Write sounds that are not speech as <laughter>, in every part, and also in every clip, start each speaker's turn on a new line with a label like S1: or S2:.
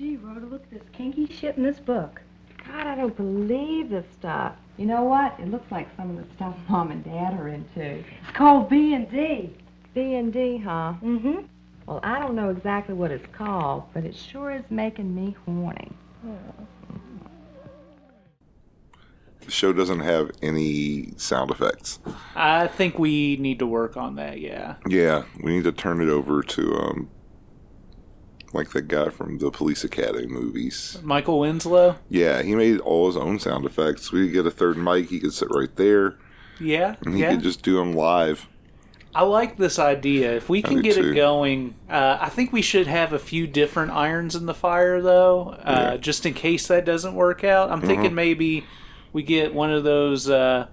S1: Look at this kinky shit in this book.
S2: God, I don't believe this stuff. You know what? It looks like some of the stuff <laughs> Mom and Dad are into.
S1: It's called B and D.
S2: B and D, huh?
S1: Mm-hmm.
S2: Well, I don't know exactly what it's called, but it sure is making me horny.
S3: The show doesn't have any sound effects.
S4: I think we need to work on that. Yeah.
S3: Yeah, we need to turn it over to um, like the guy from the Police Academy movies.
S4: Michael Winslow.
S3: Yeah, he made all his own sound effects. We could get a third mic. He could sit right there,
S4: Yeah.
S3: and he
S4: yeah.
S3: could just do them live.
S4: I like this idea. If we can
S3: do
S4: get
S3: too.
S4: it going, uh, I think we should have a few different irons in the fire, though, uh,
S3: Yeah. Uh-huh.
S4: just in case that doesn't work out. I'm thinking maybe we get one of those uh,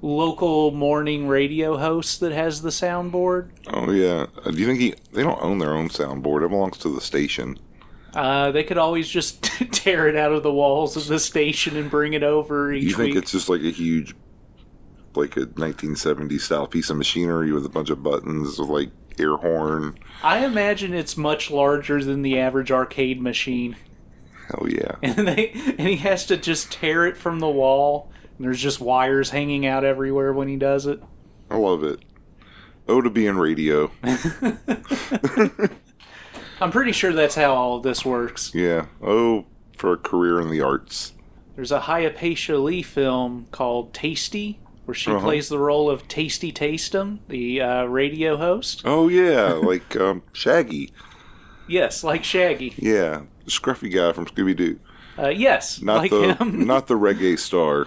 S4: local morning radio hosts that has the soundboard.
S3: Oh yeah. Uh, Do you think he? They don't own their own soundboard. It belongs to the station.
S4: Uh, they could always just <laughs> tear it out of the walls of the station and bring it over each
S3: You think
S4: week.
S3: it's just like a huge, like a 1970s style piece of machinery with a bunch of buttons with like air horn?
S4: I imagine it's much larger than the average arcade machine.
S3: Hell yeah.
S4: and they and he has to just tear it from the wall and there's just wires hanging out everywhere when he does
S3: <laughs>
S4: it
S3: I love it. Oh, to be in radio.
S4: i'm pretty sure that's how all of this works
S3: Yeah. Oh, for a career in the arts.
S4: there's a Hayapatia lee film called tasty where she
S3: Uh-huh.
S4: plays the role of tasty tastem the uh, radio host
S3: Oh
S4: <laughs>
S3: yeah, like um, Shaggy.
S4: yes like shaggy
S3: Yeah, the scruffy guy from Scooby Doo.
S4: uh, yes
S3: Not
S4: like
S3: the <laughs>
S4: him
S3: not the reggae
S4: <laughs>
S3: star.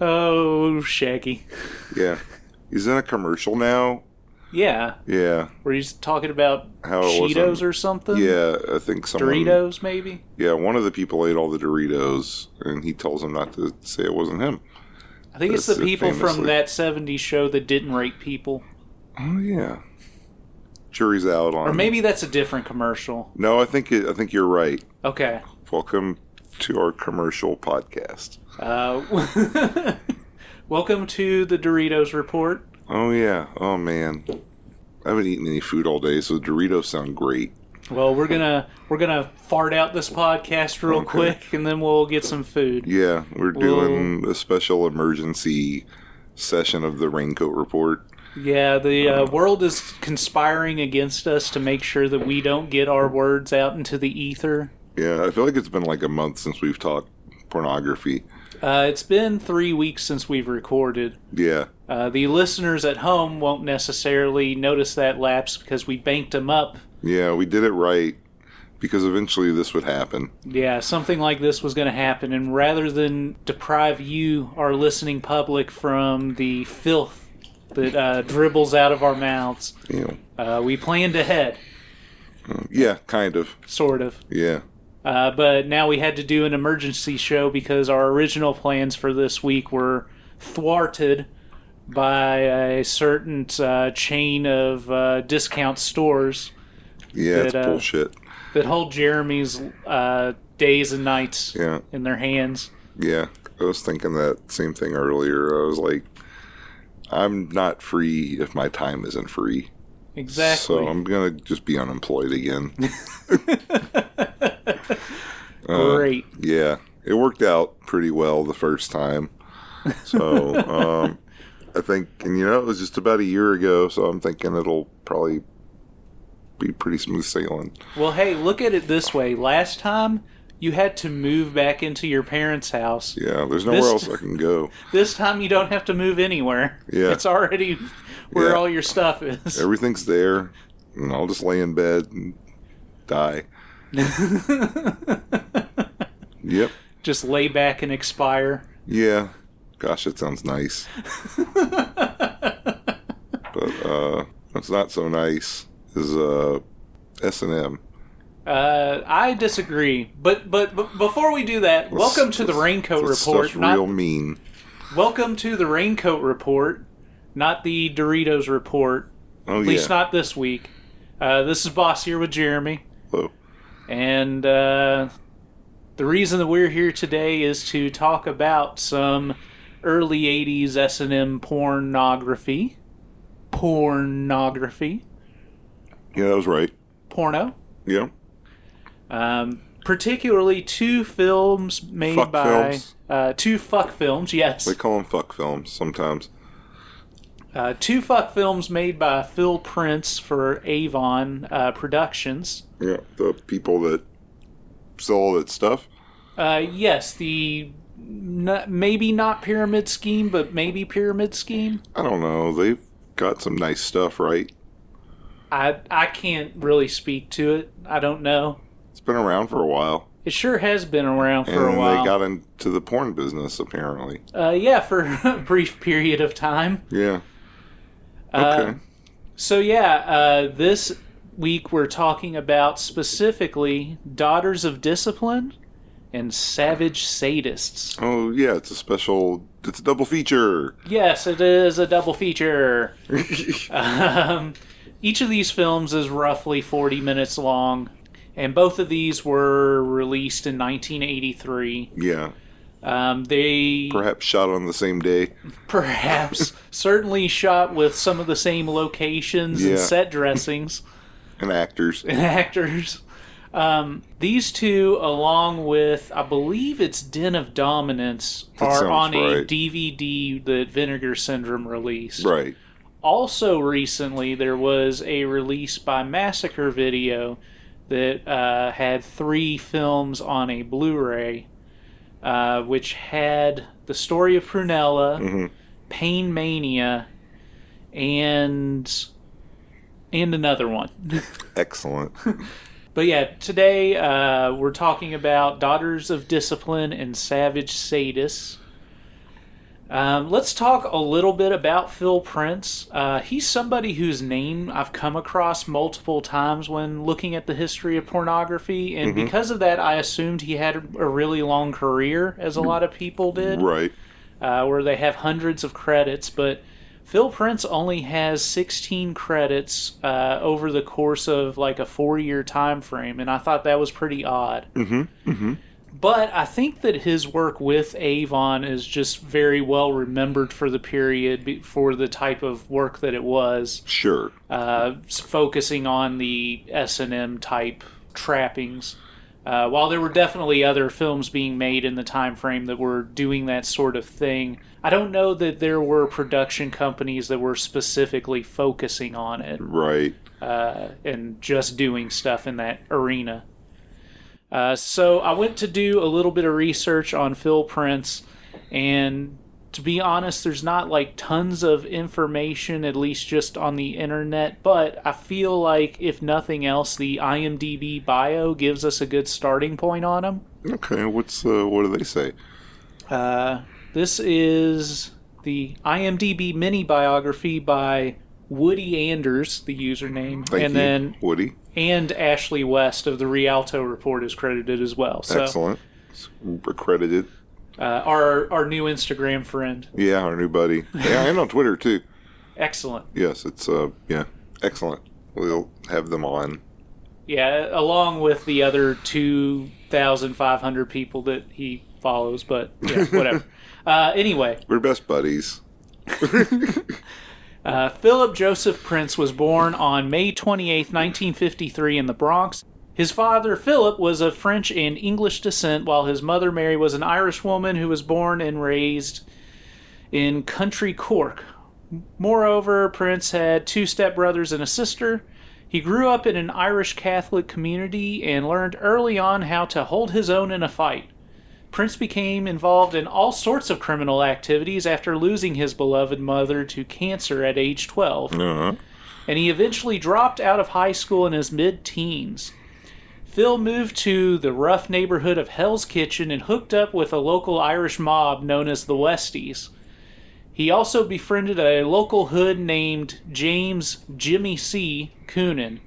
S4: oh shaggy
S3: Yeah, he's in a commercial now.
S4: yeah
S3: Yeah,
S4: where he's talking about
S3: How it was
S4: cheetos
S3: on-
S4: or something
S3: yeah. I think someone.
S4: Um, doritos maybe
S3: Yeah, one of the people ate all the Doritos, and he tells him not to say it wasn't him.
S4: I think it's
S3: That's
S4: the
S3: it,
S4: people from
S3: famously.
S4: that 70s show that didn't rape people.
S3: Oh yeah. Jury's out on.
S4: Or maybe that's a different commercial.
S3: No, I think it, I think you're right.
S4: Okay.
S3: Welcome to our commercial podcast.
S4: Uh, <laughs> welcome to the Doritos Report.
S3: Oh yeah. Oh man. I haven't eaten any food all day, so Doritos sound great.
S4: Well, we're gonna we're gonna fart out this podcast real
S3: Okay.
S4: quick, and then we'll get some food.
S3: Yeah, we're doing a special emergency session of the Raincoat Report.
S4: Yeah, the uh, world is conspiring against us to make sure that we don't get our words out into the ether.
S3: Yeah, I feel like it's been like a month since we've talked pornography.
S4: Uh, it's been three weeks since we've recorded.
S3: Yeah,
S4: Uh, the listeners at home won't necessarily notice that lapse because we banked them up
S3: yeah, we did it right because eventually this would happen.
S4: Yeah, something like this was going to happen, and rather than deprive you, our listening public, from the filth that uh, dribbles out of our mouths,
S3: You know,
S4: uh, we planned ahead,
S3: yeah, kind of.
S4: sort of.
S3: Yeah,
S4: Uh, but now we had to do an emergency show because our original plans for this week were thwarted by a certain uh, chain of uh, discount stores
S3: yeah, it's
S4: That, uh,
S3: bullshit.
S4: that hold Jeremy's uh, days and nights
S3: Yeah,
S4: in their hands.
S3: yeah. I was thinking that same thing earlier. I was like, I'm not free if my time isn't free.
S4: Exactly.
S3: So I'm gonna just be unemployed again. uh,
S4: Great.
S3: Yeah, it worked out pretty well the first time. So
S4: <laughs>
S3: um, I think, and you know, it was just about a year ago, so I'm thinking it'll probably be pretty smooth sailing.
S4: Well, hey, look at it this way. Last time you had to move back into your parents' house.
S3: Yeah, there's nowhere else
S4: This-
S3: I can go.
S4: This time you don't have to move anywhere.
S3: Yeah.
S4: It's already where
S3: Yeah.
S4: all your stuff is.
S3: Everything's there, and I'll just lay in bed and die. yep.
S4: <laughs> Just lay back and expire. <laughs>
S3: Yeah. Gosh, that sounds nice.
S4: Uh,
S3: but uh, what's not so nice is uh, S and M.
S4: Uh, I disagree. But, but but before we do that, welcome to the Raincoat
S3: This
S4: Report.
S3: Stuff's
S4: Not,
S3: real mean.
S4: Welcome to the Raincoat Report, not the Doritos Report.
S3: Oh
S4: At least
S3: yeah.
S4: not this week. Uh, this is Boss here with Jeremy.
S3: Whoa.
S4: And uh, the reason that we're here today is to talk about some early 80s S&M pornography. Pornography.
S3: Yeah, that was right.
S4: Porno.
S3: Yeah.
S4: Um, particularly two films made
S3: Fuck
S4: by
S3: films.
S4: Uh, two fuck films. Yes,
S3: They call them fuck films sometimes.
S4: uh, two fuck films made by Phil Prince for Avon uh, Productions.
S3: Yeah, the people that sell all that stuff.
S4: Uh, yes, the not, maybe not pyramid scheme, but maybe pyramid scheme.
S3: I don't know. They've got some nice stuff, right?
S4: I I can't really speak to it. I don't know.
S3: It's been around for a while,
S4: It sure has been around
S3: and
S4: for a while.
S3: they got into the porn business apparently.
S4: uh, yeah, <laughs> for a brief period of time.
S3: Yeah.
S4: Uh,
S3: Okay.
S4: So yeah, uh, this week we're talking about specifically daughters of discipline and savage sadists.
S3: oh yeah, it's a special. It's a double feature.
S4: <laughs> Yes, it is a double feature. um, each of these films is roughly 40 minutes long, and both of these were released in 1983.
S3: Yeah.
S4: Um, they
S3: Perhaps shot on the same day.
S4: perhaps <laughs> certainly shot with some of the same locations
S3: Yeah.
S4: and
S3: <laughs>
S4: set dressings.
S3: And actors.
S4: <laughs> and actors. Um, these two, along with I believe it's Den of Dominance,
S3: That
S4: are
S3: sounds
S4: on a
S3: right.
S4: DVD that Vinegar Syndrome released.
S3: Right.
S4: Also, recently there was a release by Massacre Video that uh, had three films on a Blu-ray, uh, which had the story of Prunella,
S3: Mm-hmm.
S4: Pain Mania, and and another one.
S3: Excellent.
S4: <laughs> But yeah, today uh, we're talking about Daughters of Discipline and Savage Sadists. Um, let's talk a little bit about Phil Prince. Uh, he's somebody whose name I've come across multiple times when looking at the history of pornography, and because of that, I assumed he had a really long career, as a lot of people did,
S3: right.
S4: uh, where they have hundreds of credits. But Phil Prince only has 16 credits uh, over the course of like a four-year time frame, and I thought that was pretty odd.
S3: Mm-hmm. Mm-hmm.
S4: But I think that his work with Avon is just very well remembered for the period, be- for the type of work that it was,
S3: Sure.
S4: uh, s- focusing on the S and M type trappings. Uh, while there were definitely other films being made in the time frame that were doing that sort of thing, I don't know that there were production companies that were specifically focusing on it
S3: Right.
S4: uh, and just doing stuff in that arena. Uh, so I went to do a little bit of research on Phil Prince, and to be honest, there's not like tons of information, at least just on the internet. But I feel like, if nothing else, the IMDb bio gives us a good starting point on him.
S3: Okay. What's uh, what do they say?
S4: Uh, this is the IMDb mini biography by Woody Anders, the username,
S3: Thank
S4: and
S3: you,
S4: then
S3: Woody.
S4: and Ashley West of the Rialto Report is credited as well. So
S3: Excellent. Accredited.
S4: uh, our our new Instagram friend,
S3: Yeah, our new buddy. Yeah, and on Twitter too.
S4: excellent.
S3: Yes, it's uh yeah, excellent. We'll have them on.
S4: Yeah, along with the other two thousand five hundred people that he follows, but yeah, whatever. uh, anyway,
S3: We're best buddies. <laughs> Uh-huh,
S4: Uh, Philip Joseph Prince was born on May 28, 1953, in the Bronx. His father, Philip, was of French and English descent, while his mother, Mary, was an Irish woman who was born and raised in country Cork. Moreover, Prince had two stepbrothers and a sister. He grew up in an Irish Catholic community and learned early on how to hold his own in a fight. Prince became involved in all sorts of criminal activities after losing his beloved mother to cancer at age 12,
S3: Uh-huh.
S4: and he eventually dropped out of high school in his mid teens. Phil moved to the rough neighborhood of Hell's Kitchen and hooked up with a local Irish mob known as the Westies. He also befriended a local hood named James Jimmy C. Coonan,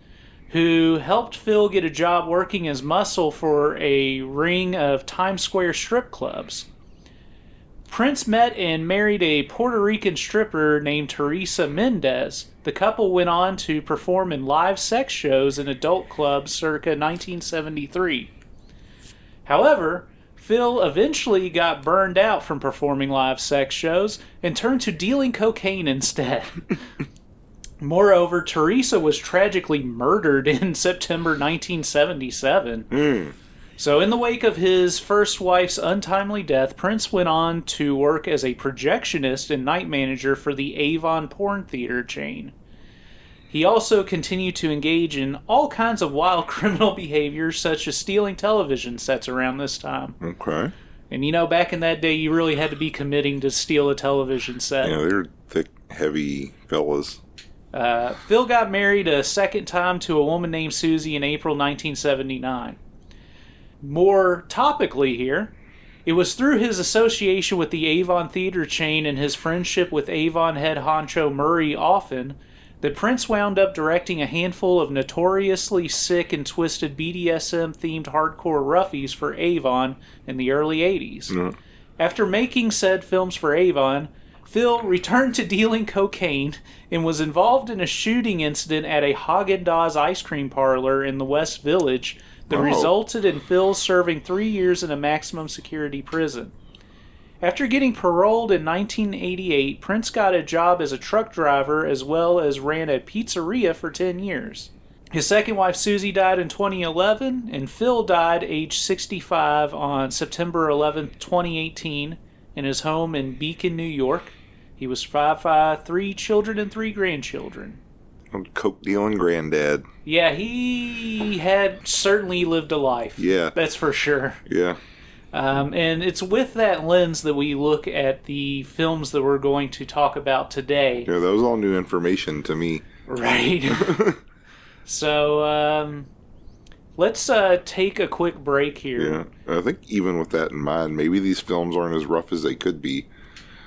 S4: who helped Phil get a job working as muscle for a ring of Times Square strip clubs. Prince met and married a Puerto Rican stripper named Teresa Mendez. The couple went on to perform in live sex shows in adult clubs circa 1973. However, Phil eventually got burned out from performing live sex shows and turned to dealing cocaine instead. Moreover, Teresa was tragically murdered in September 1977. So, in the wake of his first wife's untimely death, Prince went on to work as a projectionist and night manager for the Avon porn theater chain. He also continued to engage in all kinds of wild <laughs> criminal behavior, such as stealing television sets around this time.
S3: Okay.
S4: And you know, back in that day, you really had to be committing to steal a television set.
S3: Yeah, they're thick, heavy fellas.
S4: Uh, Phil got married a second time to a woman named Susie in April 1979. More topically here, it was through his association with the Avon theater chain and his friendship with Avon head honcho Murray Offen that Prince wound up directing a handful of notoriously sick and twisted BDSM themed hardcore roughies for Avon in the early 80s. After making said films for Avon, Phil returned to dealing cocaine and was involved in a shooting incident at a Haagen-Dazs ice cream parlor in the West Village that
S3: Oh.
S4: resulted in Phil serving three years in a maximum security prison. After getting paroled in 1988, Prince got a job as a truck driver as well as ran a pizzeria for 10 years. His second wife, Susie, died in 2011, and Phil died age 65 on September 11, 2018, in his home in Beacon, New York. He was survived by three children and three grandchildren.
S3: Coke dealing granddad.
S4: Yeah, he had certainly lived a life.
S3: Yeah.
S4: That's for sure.
S3: Yeah.
S4: Um, and it's with that lens that we look at the films that we're going to talk about today.
S3: Yeah, that was all new information to
S4: <laughs>
S3: me.
S4: Right. so um, let's uh, take a quick break
S3: Yeah.
S4: here.
S3: And I think even with that in mind, maybe these films aren't as rough as they could be.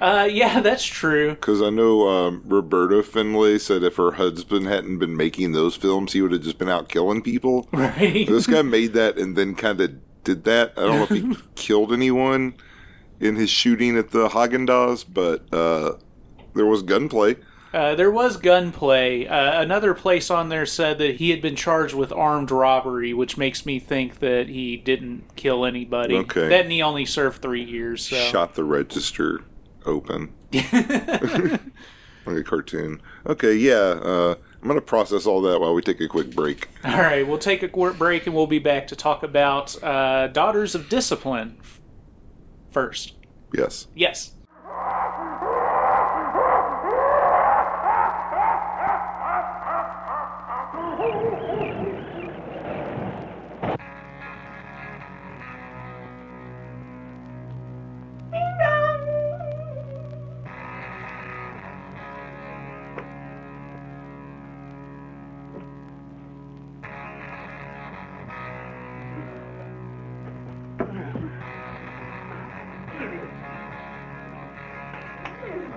S4: Uh, yeah, <laughs> that's true.
S3: Because I know um, Roberta Finlay said if her husband hadn't been making those films, he would have just been out killing people.
S4: Right.
S3: this guy made that and then kind of did that. I don't know if he
S4: <laughs>
S3: killed anyone in his shooting at the Haagen Dazs, but uh, there was gunplay.
S4: Uh, there was gunplay. Uh, another place on there said that he had been charged with armed robbery, which makes me think that he didn't kill anybody.
S3: Okay.
S4: That and he only served three years. So.
S3: Shot the register open. like a cartoon. Okay, yeah. Uh, I'm going to process all that while we take a quick break.
S4: <laughs> All right, we'll take a quick break and we'll be back to talk about uh, Daughters of Discipline f- first.
S3: Yes.
S4: Yes.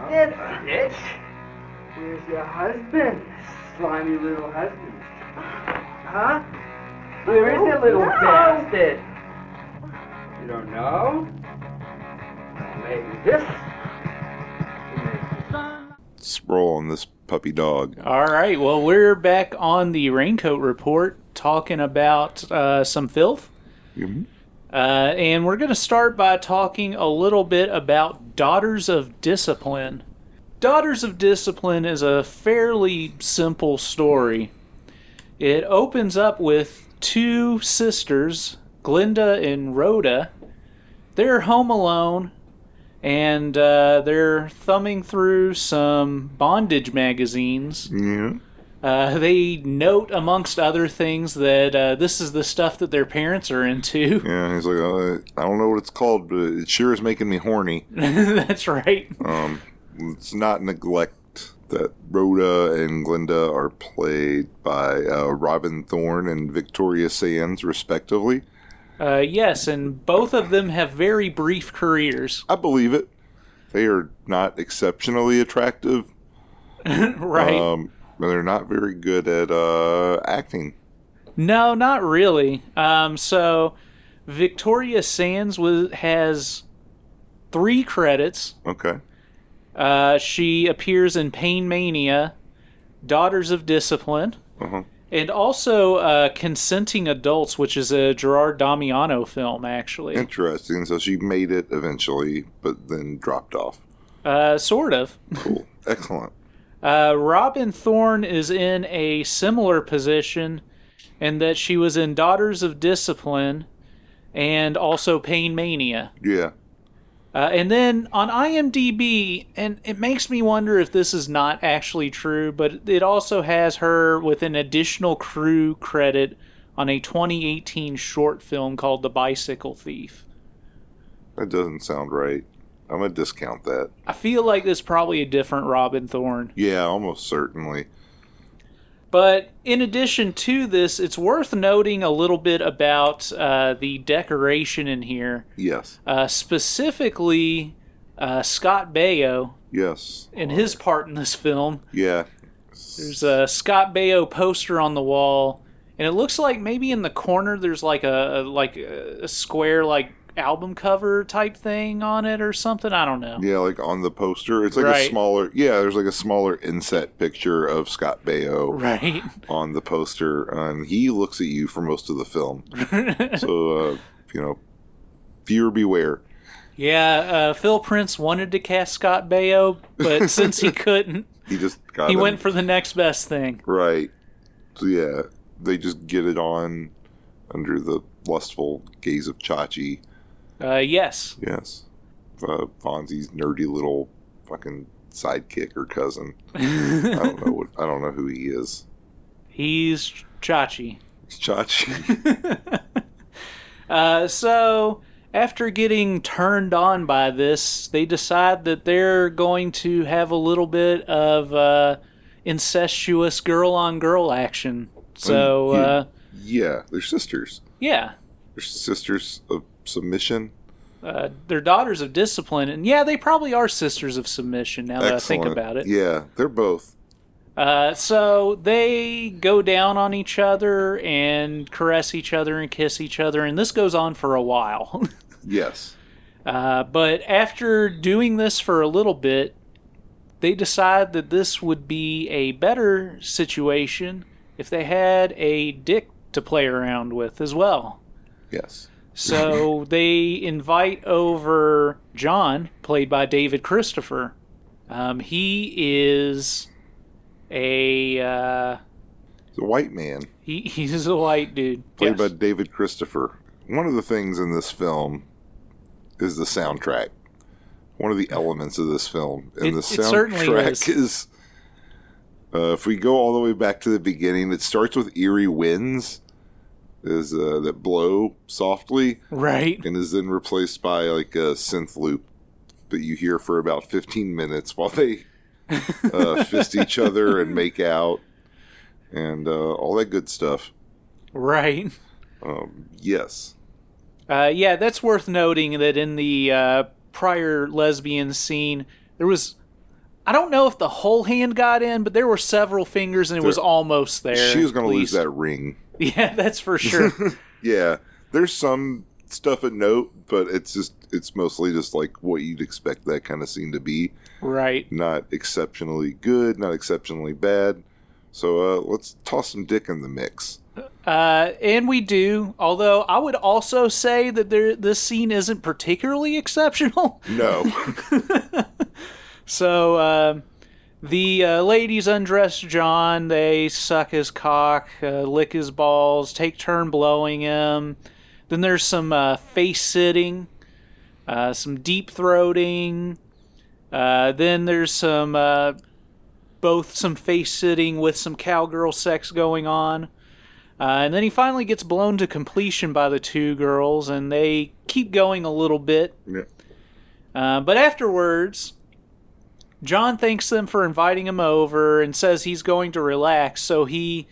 S5: Yes. Yes. Where's your husband? Slimy little husband. Huh? Where is that little bastard? You don't know? Maybe this.
S3: Let's roll on this puppy dog.
S4: All right, well, we're back on the Raincoat Report talking about uh, some filth. Uh, and we're going to start by talking a little bit about Daughters of Discipline. Daughters of Discipline is a fairly simple story. It opens up with two sisters, Glinda and Rhoda. They're home alone and uh, they're thumbing through some bondage magazines.
S3: Yeah.
S4: Uh, they note, amongst other things, that uh, this is the stuff that their parents are into. <laughs>
S3: Yeah, he's like, uh, I don't know what it's called, but it sure is making me horny.
S4: That's right.
S3: Um, let's not neglect that Rhoda and Glinda are played by uh, Robin Thorne and Victoria Sands, respectively.
S4: Uh, yes, and both of them have very brief careers. <laughs>
S3: I believe it. They are not exceptionally attractive.
S4: Right.
S3: Um, but they're not very good at uh, acting.
S4: No, not really. Um, so, Victoria Sands was, has three credits.
S3: Okay.
S4: Uh, she appears in Pain Mania, Daughters of Discipline,
S3: Uh-huh.
S4: and also uh, Consenting Adults, which is a Gerard Damiano film, actually.
S3: Interesting. So she made it eventually, but then dropped off.
S4: Uh, sort of.
S3: Cool. Excellent.
S4: Uh, Robin Thorne is in a similar position in that she was in Daughters of Discipline and also Pain Mania.
S3: Yeah.
S4: Uh, and then on IMDb, and it makes me wonder if this is not actually true, but it also has her with an additional crew credit on a 2018 short film called The Bicycle Thief.
S3: That doesn't sound right. I'm going to discount that.
S4: I feel like this probably a different Robin Thorne.
S3: Yeah, almost certainly.
S4: But in addition to this, it's worth noting a little bit about uh, the decoration in here.
S3: Yes.
S4: Uh, specifically, uh, Scott Baio
S3: Yes.
S4: in his part in this film.
S3: Yeah.
S4: There's a Scott Baio poster on the wall, and it looks like maybe in the corner there's like a, a like a square like album cover type thing on it or something. I don't know.
S3: Yeah, like on the poster. It's like a
S4: Right.
S3: smaller. Yeah, there's like a smaller inset picture of Scott Baio
S4: Right.
S3: on the poster, and he looks at you for most of the film. so, uh, you know, viewer beware.
S4: <laughs> Yeah, uh, Phil Prince wanted to cast Scott Baio, but since he couldn't,
S3: He just got
S4: he
S3: him.
S4: went for the next best thing.
S3: right. So yeah, they just get it on under the lustful gaze of Chachi.
S4: Uh, yes.
S3: Yes, uh, Fonzie's nerdy little fucking sidekick or cousin. I don't know what I don't know who he is.
S4: He's Chachi. <laughs>
S3: It's Chachi.
S4: Uh, so, after getting turned on by this, they decide that they're going to have a little bit of uh, incestuous girl on girl action. So,
S3: Yeah.
S4: uh,
S3: yeah, they're sisters.
S4: yeah.
S3: They're sisters of submission.
S4: Uh, they're daughters of discipline, and yeah, they probably are sisters of submission. Now that I think
S3: Excellent.
S4: about it,
S3: Yeah, they're both.
S4: Uh, so they go down on each other and caress each other and kiss each other, and this goes on for a while. <laughs>
S3: Yes.
S4: uh, but after doing this for a little bit, they decide that this would be a better situation if they had a dick to play around with as well.
S3: Yes.
S4: So they invite over John, played by David Christopher. Um, he is a uh,
S3: The white man
S4: he, he's a white dude.
S3: played
S4: Yes.
S3: by David Christopher. One of the things in this film is the soundtrack. One of the elements of this film, and
S4: It-
S3: the
S4: it certainly
S3: soundtrack is. Uh, if we go all the way back to the beginning, it starts with eerie winds, is uh, that blow softly,
S4: right.
S3: and is then replaced by like a synth loop that you hear for about 15 minutes while they uh, fist each other and make out and uh, all that good stuff.
S4: Right.
S3: Um, yes.
S4: Uh, yeah, that's worth noting that in the uh, prior lesbian scene, there was. I don't know if the whole hand got in, but there were several fingers, and it was
S3: There-
S4: almost there.
S3: She was going
S4: at
S3: to lose
S4: least.
S3: that ring.
S4: <laughs> Yeah, that's
S3: <laughs>
S4: for sure.
S3: Yeah. There's some stuff at note, but it's just, it's mostly just like what you'd expect that kind of scene to be.
S4: right.
S3: Not exceptionally good, not exceptionally bad. So uh, let's toss some dick in the mix.
S4: Uh, and we do, although I would also say that there, this scene isn't particularly exceptional.
S3: No.
S4: <laughs> So um the uh, ladies undress John. They suck his cock, uh, lick his balls, take turn blowing him. Then there's some uh, face sitting, uh, some deep throating. Uh, then there's some uh, both some face sitting with some cowgirl sex going on. Uh, and then he finally gets blown to completion by the two girls, and they keep going a little bit.
S3: Yeah.
S4: Uh, but afterwards, John thanks them for inviting him over and says he's going to relax. So he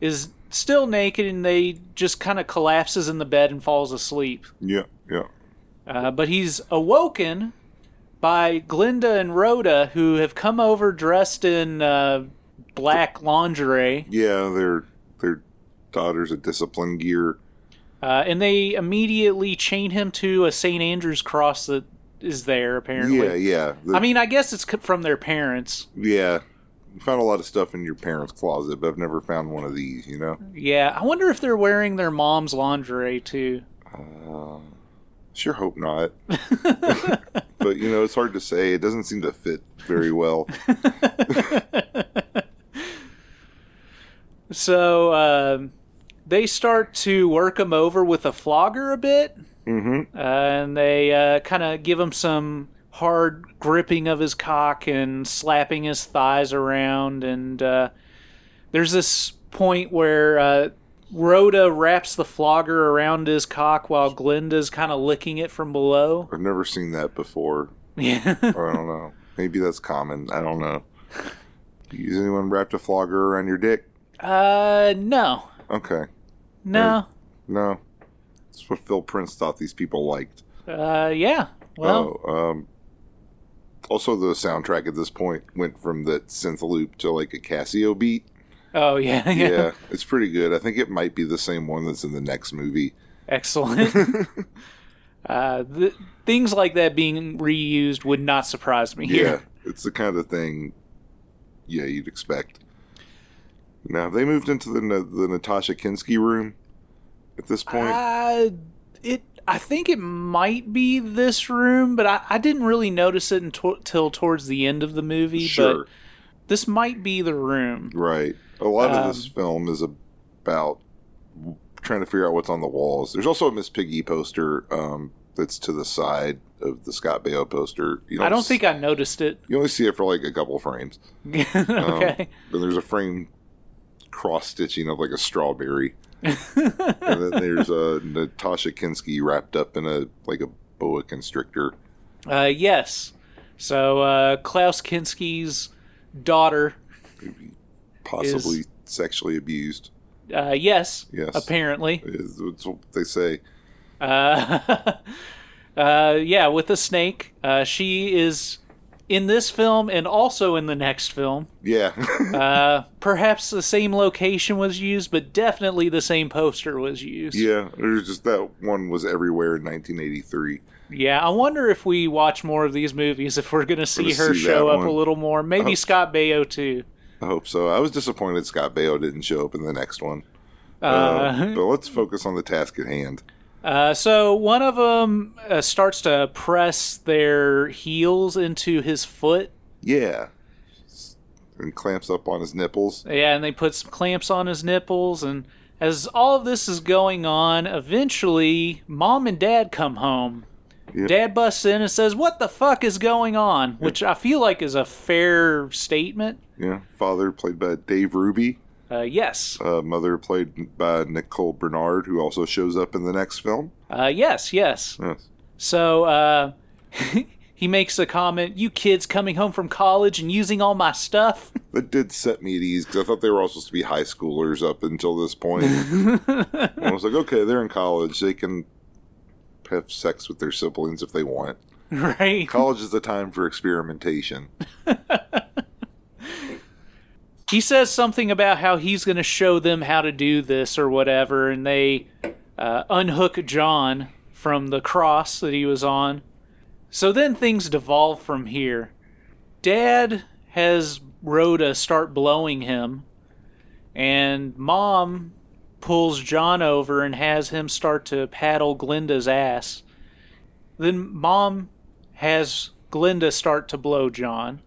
S4: is still naked, and they just kind of collapses in the bed and falls asleep.
S3: yeah. Yeah.
S4: Uh, but he's awoken by Glinda and Rhoda, who have come over dressed in uh, black lingerie.
S3: Yeah, their their daughter's a discipline gear.
S4: Uh, and they immediately chain him to a St. Andrew's cross that is there, apparently.
S3: Yeah, yeah. The-
S4: I mean, I guess it's c- from their parents.
S3: yeah. You found a lot of stuff in your parents' closet, but I've never found one of these. You know,
S4: Yeah, I wonder if they're wearing their
S3: Uh,
S4: mom's lingerie too.
S3: sure hope not. but you know, it's hard to say. It doesn't seem to fit very well.
S4: <laughs> So um, they start to work him over with a flogger a bit,
S3: Mm-hmm.
S4: uh, and they uh, kind of give him some hard gripping of his cock and slapping his thighs around. And uh, there's this point where uh, Rhoda wraps the flogger around his cock while Glinda's kind of licking it from below. <laughs>
S3: I've never seen that before.
S4: Yeah.
S3: Or I don't know. Maybe that's common. I don't know. Is anyone wrapped a flogger around your dick?
S4: uh, no,
S3: Okay.
S4: no.
S3: No. That's what Phil Prince thought these people liked.
S4: Uh, yeah. Well,
S3: oh, um, also the soundtrack at this point went from that synth loop to like a Casio beat.
S4: oh <laughs> yeah, yeah.
S3: Yeah, it's pretty good. I think it might be the same one that's in the next movie. <laughs>
S4: Excellent. uh, th- things like that being reused would not surprise me
S3: Yeah,
S4: here.
S3: it's the kind of thing, yeah, you'd expect. Now, have they moved into the Na- the Natasha Kinsky room at this point?
S4: Uh, it. I think it might be this room, but I, I didn't really notice it until till towards the end of the movie.
S3: sure,
S4: But this might be the room.
S3: right. A lot of this
S4: Um,
S3: film is about w- trying to figure out what's on the walls. There's also a Miss Piggy poster um, that's to the side of the Scott Baio poster. You
S4: I don't
S3: s-
S4: think I noticed it. <laughs>
S3: you only see it for like a couple frames. Um,
S4: okay. <laughs>
S3: Then there's a frame cross stitching of like a strawberry. and then there's uh,
S4: <laughs>
S3: Natasha Kinsky wrapped up in a like a boa constrictor.
S4: Uh, yes. So uh, Klaus Kinski's daughter.
S3: Possibly sexually abused.
S4: Uh, yes.
S3: Yes. <laughs>
S4: Apparently.
S3: Is- That's what they say.
S4: Uh, <laughs> uh, yeah, with the snake. Uh, she is in this film and also in the next film.
S3: Yeah. <laughs>
S4: Uh, perhaps the same location was used, but definitely the same poster was used.
S3: yeah. There's just that one was everywhere in 1983.
S4: Yeah, I wonder if we watch more of these movies if we're gonna see
S3: Gonna
S4: her
S3: see
S4: show
S3: that
S4: up
S3: one.
S4: a little more. Maybe
S3: Oh.
S4: Scott Baio too.
S3: I hope so. I was disappointed Scott Baio didn't show up in the next one. Uh,
S4: Uh,
S3: but let's focus on the task at hand.
S4: <laughs> uh, so one of them uh, starts to press their heels into his foot.
S3: Yeah. And clamps up on his nipples.
S4: Yeah, and they put some clamps on his nipples. And as all of this is going on, eventually mom and dad come home.
S3: Yep.
S4: Dad busts in and says, What the fuck is going on? Which I feel like is a fair statement.
S3: Yeah, father played by Dave Ruby,
S4: Uh, yes.
S3: uh, mother played by Nicole Bernard, who also shows up in the next film.
S4: Uh, yes, yes.
S3: Yes.
S4: So uh, <laughs> he makes a comment You kids coming home from college and using all my stuff. <laughs>
S3: That did set me at ease because I thought they were all supposed to be high schoolers up until this point. And I was like, okay, they're in college; they can have sex with their siblings if they want.
S4: right?
S3: College is the time for experimentation.
S4: he says something about how he's going to show them how to do this or whatever, and they uh, unhook John from the cross that he was on. So then things devolve from here. Dad has Rhoda start blowing him, and Mom pulls John over and has him start to paddle Glinda's ass. Then Mom has Glinda start to blow John.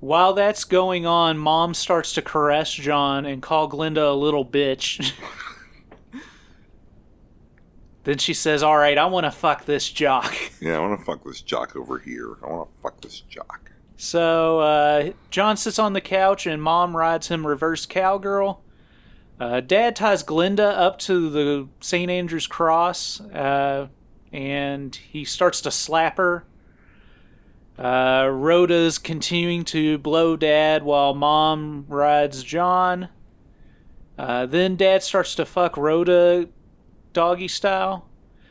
S4: While that's going on, Mom starts to caress John and call Glinda a little bitch. <laughs> then she says, All right, I want to fuck this jock. <laughs>
S3: Yeah, I want to fuck this jock over here. I want to fuck this jock.
S4: So uh, John sits on the couch and Mom rides him reverse cowgirl. Uh, Dad ties Glinda up to the St. Andrew's cross uh, and he starts to slap her. Uh, Rhoda's continuing to blow Dad while Mom rides John. Uh, then Dad starts to fuck Rhoda doggy style.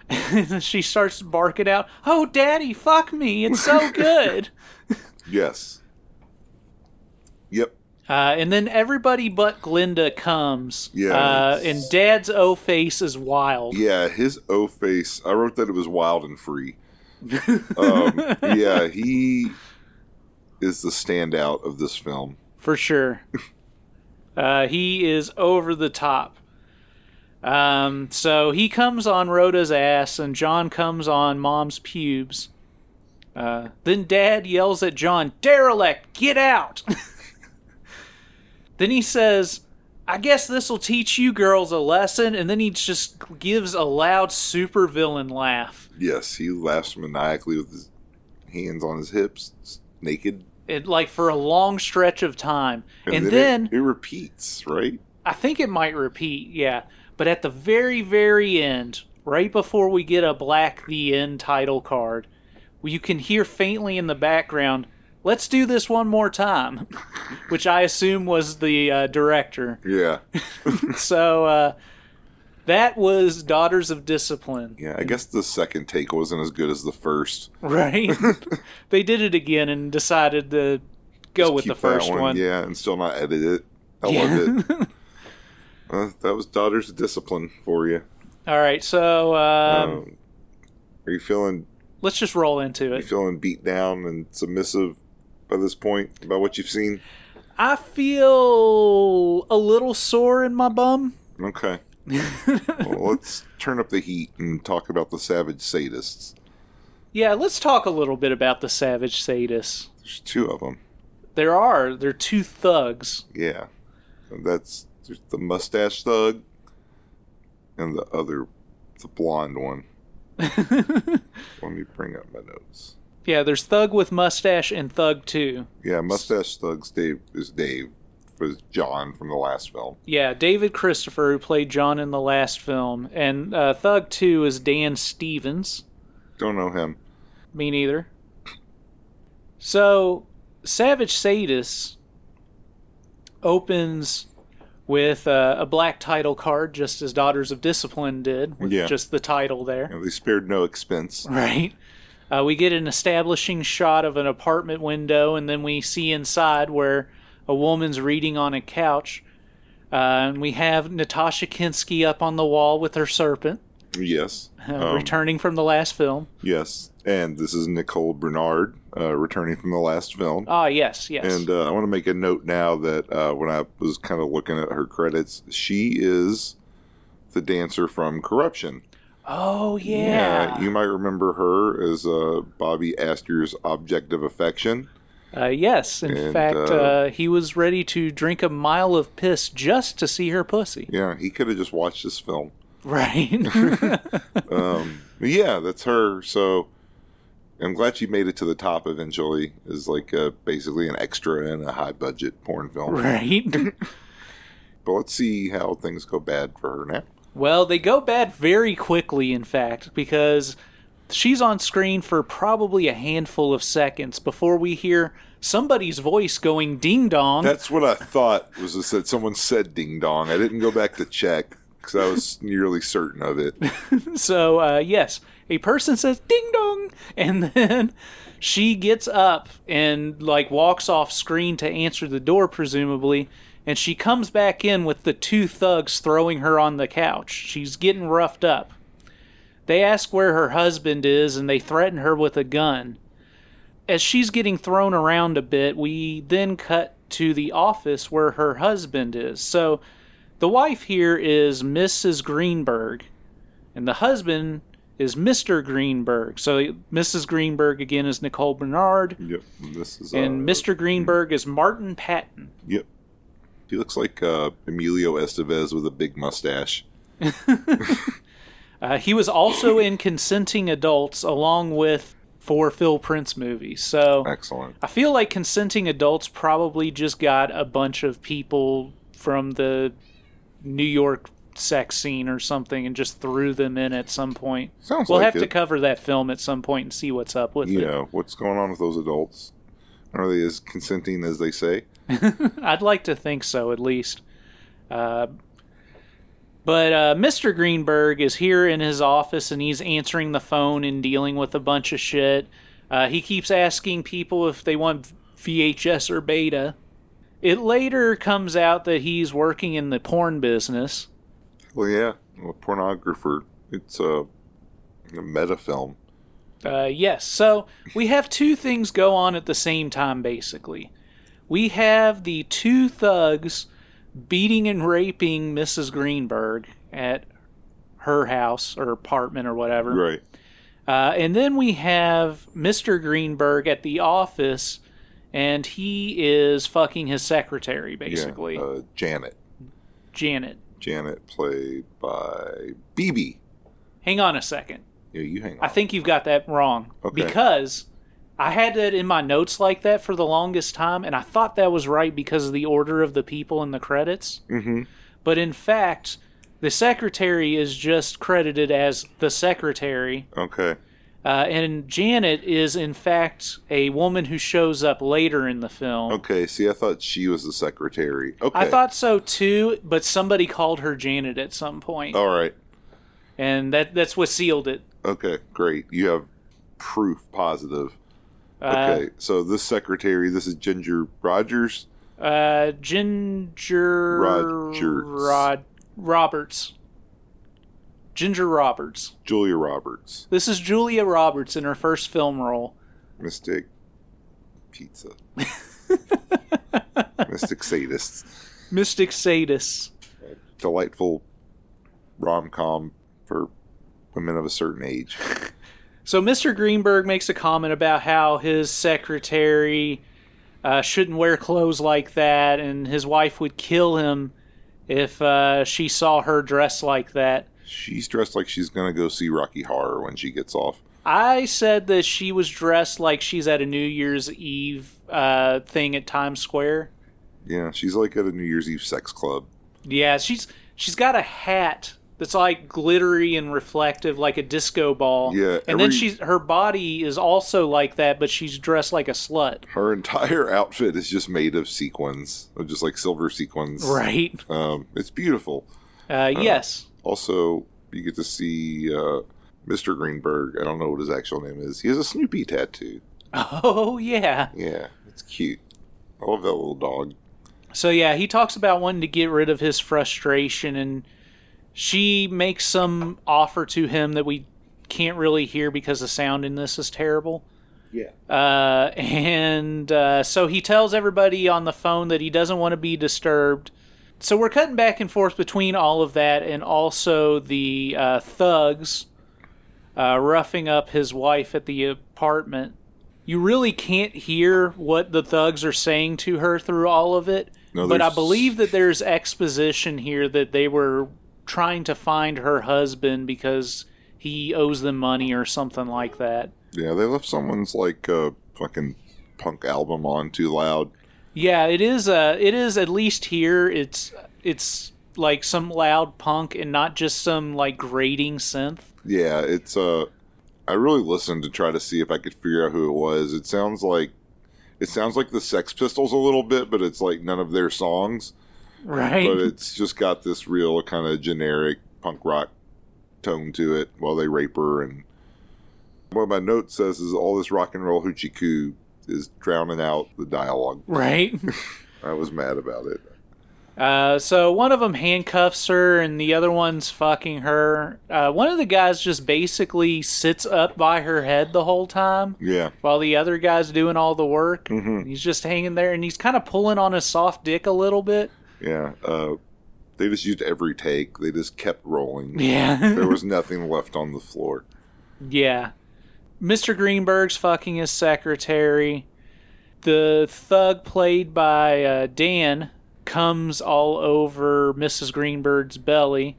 S4: <laughs> she starts barking out, Oh, Daddy, fuck me. It's so good.
S3: Yes. Yep.
S4: Uh, and then everybody but Glinda comes.
S3: Yeah.
S4: Uh, and Dad's O face is wild.
S3: Yeah, his O face. I wrote that it was wild and free.
S4: <laughs>
S3: um, yeah, he is the standout of this film.
S4: <laughs> For sure. uh, he is over the top. Um, so he comes on Rhoda's ass, and John comes on Mom's pubes. Uh, then Dad yells at John, Derelict, get out! <laughs> then he says, I guess this'll teach you girls a lesson. And then he just gives a loud supervillain laugh.
S3: Yes, he laughs maniacally with his hands on his hips, s- naked.
S4: It, like for a long stretch of time. And,
S3: it-
S4: then
S3: it, repeats, right?
S4: I think it might repeat, yeah. But at the very, very end, right before we get a Black the End title card, you can hear faintly in the background, let's do this one more time, <laughs> which I assume was the uh, director. <laughs>
S3: Yeah,
S4: So uh, that was Daughters of Discipline,
S3: <laughs>
S4: <laughs>
S3: yeah. I guess the second take wasn't as good as the first.
S4: right? <laughs> they did it again and decided to go
S3: Just
S4: with the
S3: keep that
S4: first one.
S3: yeah, and still not edit it.
S4: <laughs>
S3: I love it. Uh, that was daughter's discipline for you.
S4: All right, so um,
S3: Um, are you feeling
S4: let's just roll into
S3: you
S4: it.
S3: feeling beat down and submissive by this point about what you've seen?
S4: I feel a little sore in my bum.
S3: Okay.
S4: <laughs>
S3: well, let's turn up the heat and talk about the savage sadists.
S4: Yeah, let's talk a little bit about the Savage Sadists.
S3: There's two of them.
S4: There are they're two thugs.
S3: Yeah. And that's there's the mustache thug and the other, the blonde one. Let me bring up my notes.
S4: Yeah, there's thug with mustache and thug two.
S3: Yeah, mustache thug's Dave is Dave, was John from the last film.
S4: Yeah, David Christopher, who played John in the last film, and uh, Thug Two is Dan Stevens.
S3: Don't know him.
S4: Me neither. So, Savage Sadist opens with uh, a black title card, just as Daughters of Discipline did, with
S3: Yeah.
S4: just the title there.
S3: You know, they spared no expense.
S4: Right. Uh, we get an establishing shot of an apartment window, and then we see inside where a woman's reading on a couch. Uh, and we have Natasha Kinsky up on the wall with her serpent, <laughs>
S3: Yes.
S4: uh,
S3: Um,
S4: returning from the last film.
S3: Yes. And this is Nicole Bernard, uh, returning from the last film.
S4: Ah, yes, yes.
S3: And uh, I want to make a note now that uh, when I was kind of looking at her credits, she is the dancer from Corruption.
S4: oh, yeah.
S3: Uh, you might remember her as uh, Bobby Astor's object of affection.
S4: Uh, yes, in
S3: And,
S4: fact,
S3: uh,
S4: uh, he was ready to drink a mile of piss just to see her pussy.
S3: Yeah, he could have just watched this film.
S4: <laughs>
S3: <laughs>
S4: Right.
S3: Um, but yeah, that's her. So I'm glad she made it to the top eventually. Is like uh basically an extra in a high budget porn film.
S4: <laughs> right.
S3: But let's see how things go bad for her now.
S4: Well, they go bad very quickly, in fact, because she's on screen for probably a handful of seconds before we hear somebody's voice going ding dong.
S3: That's what I thought was just that someone said ding dong. I didn't go back to check because I was nearly certain of it.
S4: <laughs> So, uh, yes, a person says ding dong, <laughs> and then she gets up and, like, walks off screen to answer the door, presumably. And she comes back in with the two thugs throwing her on the couch. She's getting roughed up. They ask where her husband is, and they threaten her with a gun. As she's getting thrown around a bit, we then cut to the office where her husband is. So, the wife here is Mrs. Greenberg and the husband is Mr. Greenberg. So Mrs. Greenberg again is Nicole Bernard,
S3: <laughs> Yep. This is
S4: and
S3: uh,
S4: Mr. Greenberg is Martin Patton.
S3: Yep. He looks like uh, Emilio Estevez with a big mustache.
S4: Uh, he
S3: <coughs>
S4: was also in Consenting Adults along with four Phil Prince movies. So
S3: Excellent.
S4: I feel like Consenting Adults probably just got a bunch of people from the New York sex scene or something and just threw them in at some point.
S3: Sounds
S4: we'll
S3: like
S4: have to
S3: it.
S4: cover that film at some point and see what's up with
S3: You
S4: it.
S3: know what's going on with those adults? Are they as consenting as they say?
S4: <laughs> I'd like to think so, at least. Uh, but uh, Mr. Greenberg is here in his office and he's answering the phone and dealing with a bunch of shit. Uh, he keeps asking people if they want VHS or beta. It later comes out that he's working in the porn business.
S3: Well, yeah. I'm a pornographer. It's a, a meta film.
S4: Uh, yes. So we have two things go on at the same time, basically. We have the two thugs beating and raping Mrs. Greenberg at her house or apartment or whatever.
S3: Right.
S4: Uh, and then we have Mr. Greenberg at the office, and he is fucking his secretary, basically.
S3: Yeah. Uh, Janet.
S4: Janet.
S3: Janet played by BB.
S4: Hang on a second.
S3: Yeah, you hang on.
S4: I think you've got that wrong.
S3: Okay.
S4: Because I had that in my notes like that for the longest time, and I thought that was right because of the order of the people in the credits.
S3: hmm
S4: But in fact, the secretary is just credited as the secretary,
S3: Okay.
S4: uh, and Janet is in fact a woman who shows up later in the film.
S3: Okay. See, I thought she was the secretary. Okay.
S4: I thought so too, but somebody called her Janet at some point,
S3: All right.
S4: and that that's what sealed it.
S3: Okay. Great. You have proof positive.
S4: Uh,
S3: okay. So this secretary, this is Ginger Rogers.
S4: Uh, Ginger
S3: Rogers.
S4: Rod Roberts. Ginger Roberts.
S3: Julia Roberts.
S4: This is Julia Roberts in her first film role. <laughs>
S3: Mystic Pizza. Mystic Sadists.
S4: Mystic Sadists.
S3: Delightful rom com for women of a certain age.
S4: So Mr. Greenberg makes a comment about how his secretary uh, shouldn't wear clothes like that, and his wife would kill him if uh, she saw her dressed like that.
S3: She's dressed like she's going to go see Rocky Horror when she gets off.
S4: I said that she was dressed like she's at a New Year's Eve uh, thing at Times Square.
S3: Yeah, she's like at a New Year's Eve sex club.
S4: Yeah, she's she's got a hat that's like glittery and reflective, like a disco ball.
S3: Yeah,
S4: and then
S3: every-
S4: she's her body is also like that, but she's dressed like a slut.
S3: Her entire <laughs> outfit is just made of sequins, of just like silver sequins.
S4: Right.
S3: Um, it's beautiful.
S4: Uh, yes.
S3: Also, you get to see uh, Mr. Greenberg. I don't know what his actual name is. He has a Snoopy tattoo.
S4: <laughs> Oh yeah.
S3: Yeah, it's cute. I love that little dog.
S4: So yeah, he talks about wanting to get rid of his frustration, and she makes some offer to him that we can't really hear because the sound in this is terrible.
S3: Yeah.
S4: Uh, <laughs> and uh, so he tells everybody on the phone that he doesn't want to be disturbed. So we're cutting back and forth between all of that and also the uh, thugs uh, roughing up his wife at the apartment. You really can't hear what the thugs are saying to her through all of it.
S3: No,
S4: but I
S3: there's-
S4: believe that there's exposition here that they were trying to find her husband because he owes them money or something like that.
S3: Yeah, they left someone's like uh, fucking punk album on too loud.
S4: Yeah, it is. Uh, it is at least here. It's it's like some loud punk and not just some like grating synth.
S3: Yeah, it's uh I really listened to try to see if I could figure out who it was. It sounds like it sounds like the Sex Pistols a little bit, but it's like none of their songs.
S4: Right.
S3: But it's just got this real kind of generic punk rock tone to it while they rape her and what my note says is all this rock and roll hoochie coo is drowning out the dialogue. <laughs>
S4: right.
S3: I was mad about it.
S4: Uh, so one of them handcuffs her, and the other one's fucking her. Uh, one of the guys just basically sits up by her head the whole time,
S3: Yeah. Mm-hmm.
S4: while the other guy's doing all the work. He's just hanging there, and he's kind of pulling on his soft dick a little bit.
S3: Yeah. Uh they just used every take. They just kept rolling.
S4: Yeah.
S3: there was nothing left on the floor.
S4: Yeah. Mr. Greenberg's fucking his secretary. The thug played by uh, Dan comes all over Mrs. Greenberg's belly.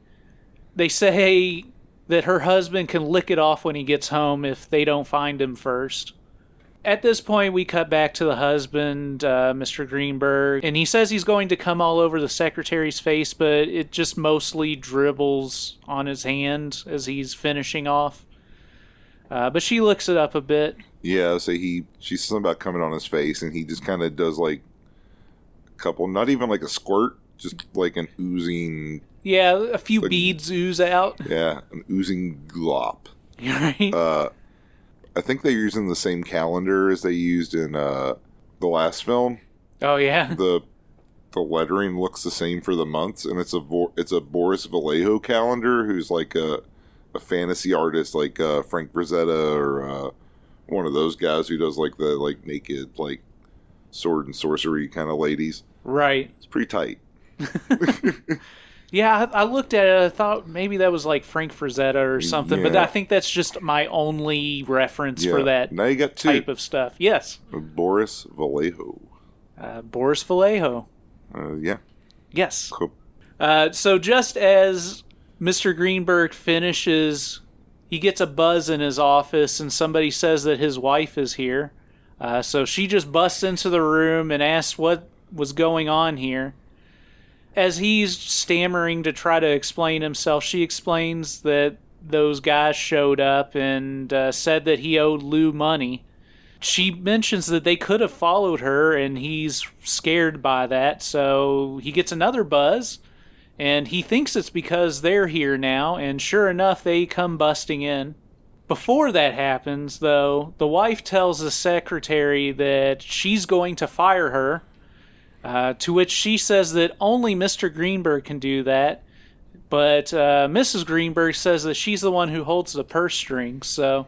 S4: They say that her husband can lick it off when he gets home if they don't find him first. At this point, we cut back to the husband, uh, Mr. Greenberg, and he says he's going to come all over the secretary's face, but it just mostly dribbles on his hand as he's finishing off. Uh, but she looks it up a bit.
S3: Yeah, so he she's something about coming on his face, and he just kind of does like a couple, not even like a squirt, just like an oozing,
S4: Yeah, a few
S3: Like-
S4: beads ooze out. <laughs>
S3: yeah, an oozing glop.
S4: Right?
S3: Uh, I think they're using the same calendar as they used in uh, the last film.
S4: oh yeah.
S3: the The lettering looks the same for the months, and it's a Vor- it's a Boris Vallejo calendar, who's like a a fantasy artist, like uh, Frank Rosetta or uh, one of those guys who does like the like naked like sword and sorcery kind of ladies.
S4: <laughs>
S3: <laughs>
S4: Right.
S3: It's pretty tight.
S4: Yeah, I, I looked at it. I thought maybe that was like Frank Frazetta or something, but
S3: Yeah.
S4: I think that's just my only reference for
S3: Yeah.
S4: that
S3: Now you got two.
S4: type of stuff. Yes,
S3: Boris Vallejo.
S4: uh, Boris Vallejo.
S3: Uh, yeah.
S4: Yes.
S3: Cool.
S4: Uh, so just as Mr. Greenberg finishes, he gets a buzz in his office, and somebody says that his wife is here. Uh, so she just busts into the room and asks what was going on here. As he's stammering to try to explain himself, she explains that those guys showed up and uh, said that he owed Lou money she mentions that they could have followed her and he's scared by that so he gets another buzz and he thinks it's because they're here now and sure enough they come busting in before that happens though the wife tells the secretary that she's going to fire her uh, to which she says that only mr greenberg can do that but uh, mrs greenberg says that she's the one who holds the purse strings so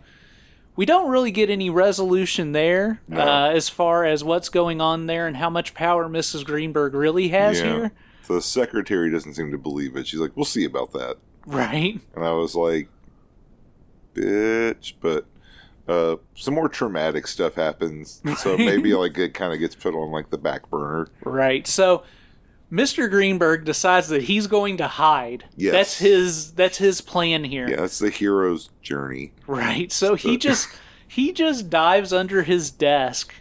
S4: we don't really get any resolution there uh, as far as what's going on there and how much power Mrs. Greenberg really has
S3: Yeah.
S4: here. <laughs>
S3: The secretary doesn't seem to believe it. She's like, "We'll see about that."
S4: Right?
S3: And I was like, "Bitch!" But uh, some more traumatic stuff happens, so
S4: <laughs>
S3: maybe like it kind of gets put on like the back burner.
S4: Right. So Mr. Greenberg decides that he's going to hide.
S3: Yes.
S4: That's his that's his plan here.
S3: Yeah, that's the hero's journey.
S4: Right. So he just he just dives under his desk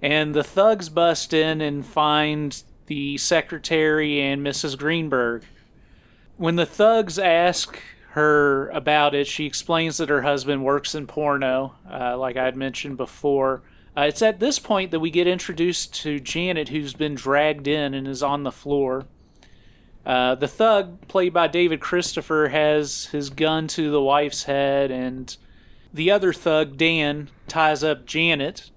S4: and the thugs bust in and find the secretary and Mrs. Greenberg. When the thugs ask her about it, she explains that her husband works in porno, uh, like I had mentioned before. Uh, it's at this point that we get introduced to Janet, who's been dragged in and is on the floor. Uh, the thug, played by David Christopher, has his gun to the wife's head, and the other thug, Dan, ties up Janet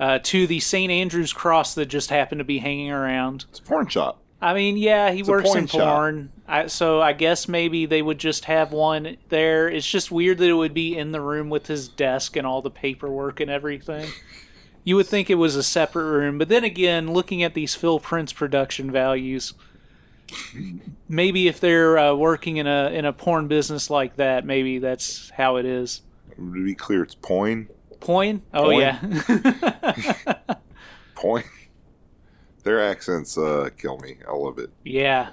S4: uh, to the St. Andrew's cross that just happened to be hanging around.
S3: It's a porn shop.
S4: I mean, yeah, he
S3: a
S4: works
S3: porn
S4: in
S3: shop.
S4: porn, I, so I guess maybe they would just have one there. It's just weird that it would be in the room with his desk and all the paperwork and everything. <laughs> You would think it was a separate room, but then again, looking at these Phil Prince production values, maybe if they're uh, working in a in a porn business like that, maybe that's how it is.
S3: To be clear, it's poin.
S4: Poin? Oh
S3: Poin.
S4: yeah, <laughs>
S3: Poin. <laughs> Their accents uh, kill me. I love it.
S4: Yeah.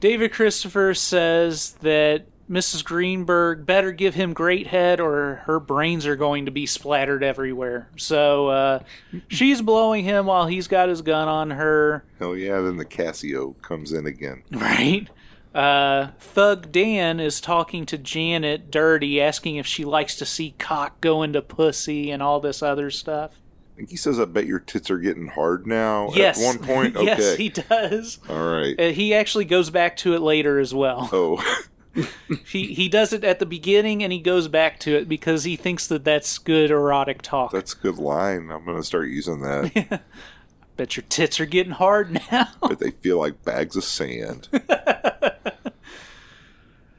S4: David Christopher says that Mrs. Greenberg better give him great head or her brains are going to be splattered everywhere. So uh, she's blowing him while he's got his gun on her.
S3: Hell yeah! Then the Casio comes in again.
S4: Right. Uh, Thug Dan is talking to Janet Dirty, asking if she likes to see cock go into pussy and all this other stuff.
S3: I think he says, "I bet your tits are getting hard now."
S4: yes.
S3: Oh, At one point, okay.
S4: <laughs> yes, he does.
S3: All right.
S4: <laughs> Uh, he actually goes back to it later as well.
S3: oh,
S4: <laughs> He he does it at the beginning and he goes back to it because he thinks that that's good erotic talk.
S3: <laughs> that's a good line. I'm gonna start using
S4: <laughs>
S3: that.
S4: Bet your tits are getting hard <laughs> now.
S3: but they feel like bags of sand.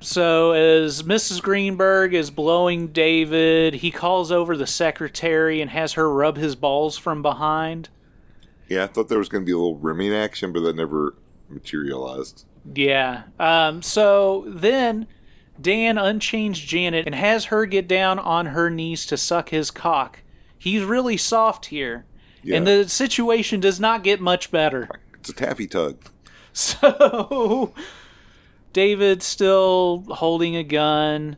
S4: so as Mrs. Greenberg is blowing David, he calls over the secretary and has her rub his balls from behind.
S3: Yeah, I thought there was gonna be a little rimming action, but that never materialized.
S4: Yeah. Um, so then Dan unchains Janet and has her get down on her knees to suck his cock. He's really soft here.
S3: Yeah,
S4: And the situation does not get much better. <laughs>
S3: it's a taffy tug.
S4: So David still holding a gun.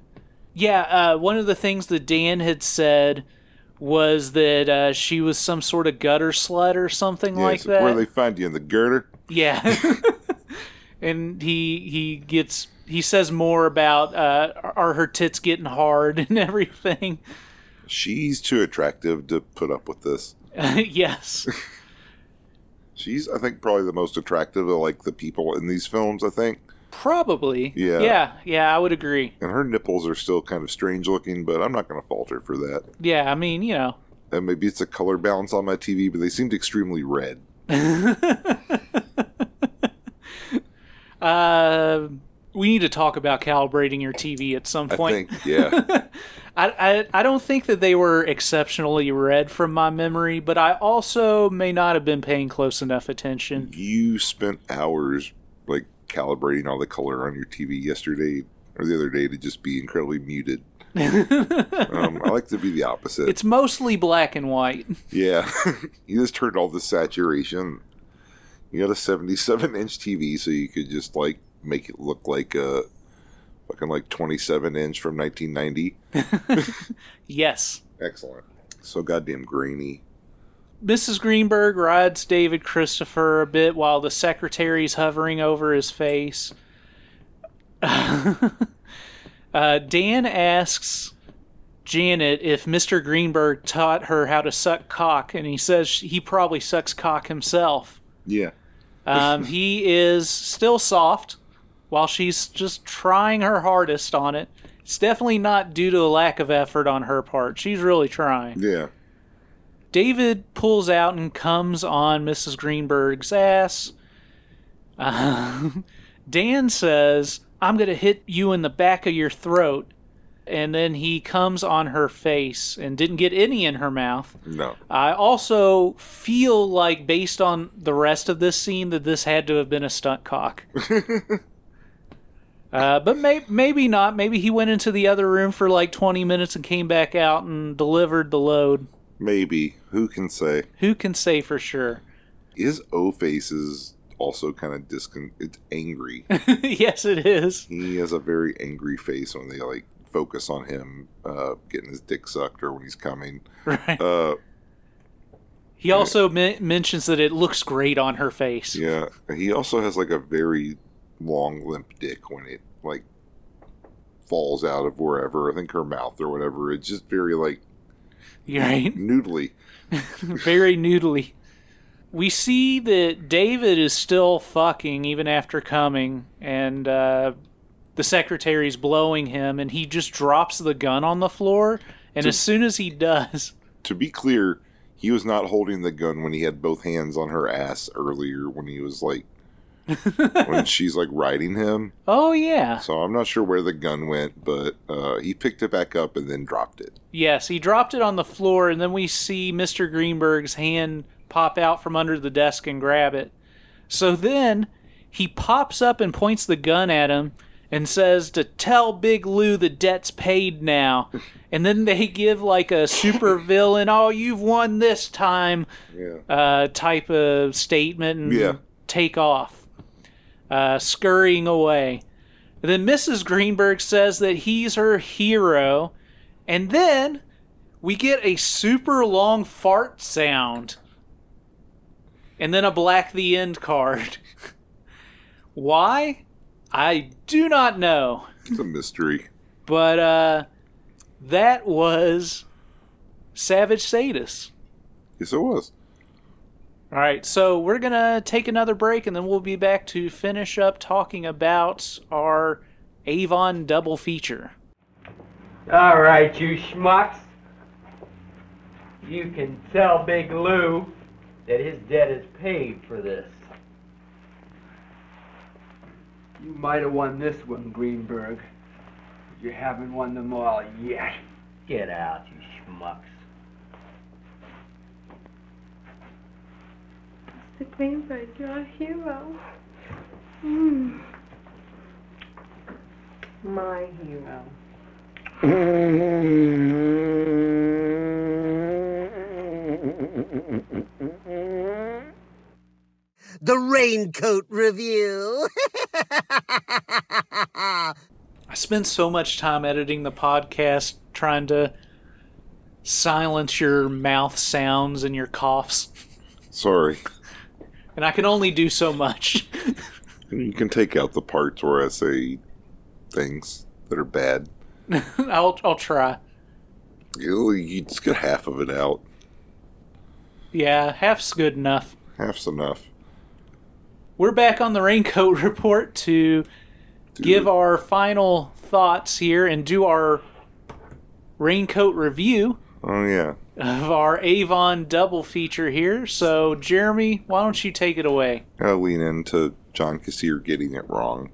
S4: Yeah, uh, one of the things that Dan had said was that uh, she was some sort of gutter slut or something
S3: Yeah,
S4: like
S3: so
S4: that.
S3: Where they find you in the girder?
S4: Yeah. <laughs> and he he gets he says more about uh, are her tits getting hard <laughs> and everything.
S3: She's too attractive to put up with this.
S4: yes.
S3: She's, I think, probably the most attractive of like the people in these films. I think,
S4: Probably.
S3: Yeah.
S4: Yeah, yeah, I would agree.
S3: and her nipples are still kind of strange looking, but I'm not gonna falter for that.
S4: Yeah, I mean, you know, <laughs>
S3: And maybe it's a color balance on my TV, but they seemed extremely red.
S4: Uh, we need to talk about calibrating your TV at some
S3: I
S4: point.
S3: think, yeah.
S4: <laughs> I, I I don't think that they were exceptionally red from my memory, but I also may not have been paying close enough attention. <laughs>
S3: you spent hours like calibrating all the color on your TV yesterday or the other day to just be incredibly muted. um, I like to be the opposite.
S4: It's mostly black and white.
S3: yeah, <laughs> you just turned all the saturation. You got a seventy-seven inch TV, so you could just like make it look like a fucking like twenty-seven inch from nineteen ninety.
S4: Yes.
S3: Excellent. So goddamn grainy.
S4: Mrs. Greenberg rides David Christopher a bit while the secretary's hovering over his face. <laughs> uh, Dan asks Janet if Mr. Greenberg taught her how to suck cock, and he says he probably sucks cock himself.
S3: Yeah.
S4: Um, he is still soft while she's just trying her hardest on it. It's definitely not due to a lack of effort on her part. She's really trying.
S3: Yeah.
S4: David pulls out and comes on Mrs. Greenberg's ass. Um, <laughs> Dan says, I'm going to hit you in the back of your throat. And then he comes on her face and didn't get any in her mouth.
S3: No.
S4: I also feel like, based on the rest of this scene, that this had to have been a stunt cock. uh, but may- maybe not. Maybe he went into the other room for like 20 minutes and came back out and delivered the load.
S3: Maybe. Who can say?
S4: Who can say for sure? <laughs>
S3: His O face is also kind of discon. It's angry.
S4: yes, it is.
S3: he has a very angry face when they like focus on him uh, getting his dick sucked or when he's coming.
S4: Right.
S3: Uh,
S4: He also men- mentions that it looks great on her face.
S3: yeah. He also has like a very long limp dick when it like falls out of wherever I think her mouth or whatever. It's just very like
S4: <laughs> Right?
S3: noodly.
S4: very noodly. We see that David is still fucking even after coming, and uh, the secretary's blowing him, and he just drops the gun on the floor. And as soon as he does,
S3: To be clear, he was not holding the gun when he had both hands on her ass earlier when he was like when she's like riding him.
S4: oh yeah,
S3: So I'm not sure where the gun went, but uh, he picked it back up and then dropped it.
S4: yes, he dropped it on the floor, and then we see Mr. Greenberg's hand pop out from under the desk and grab it. So then he pops up and points the gun at him and says to tell Big Lou the debt's paid now. And then they give like a super villain, oh, you've won this time
S3: Yeah.
S4: uh, type of statement and
S3: Yeah.
S4: take off, uh, scurrying away. then Mrs. Greenberg says that he's her hero. And then we get a super long fart sound. And then a black the end card. <laughs> Why? I do not know.
S3: It's a mystery.
S4: But uh, that was Savage Sadist.
S3: Yes, it was.
S4: All right, so we're going to take another break and then we'll be back to finish up talking about our Avon double feature.
S5: All right, you schmucks. You can tell Big Lou that his debt is paid for this. You might have won this one, Greenberg. but You haven't won them all yet. Get out, you schmucks.
S1: Mr. Greenberg, you're our hero. Mm. My hero.
S6: The Raincoat Review.
S4: I spend so much time editing the podcast trying to silence your mouth sounds and your coughs,
S3: Sorry.
S4: and I can only do so much. <laughs>
S3: You can take out the parts where I say things that are bad.
S4: I'll I'll try.
S3: You you just get half of it out.
S4: Yeah, half's good enough.
S3: Half's enough.
S4: We're back on the raincoat <laughs> report to
S3: Dude,
S4: give our final thoughts here and do our raincoat review.
S3: Oh yeah.
S4: of our Avon double feature here. So, Jeremy, why don't you take it away?
S3: Gotta lean into John Cassier getting it wrong.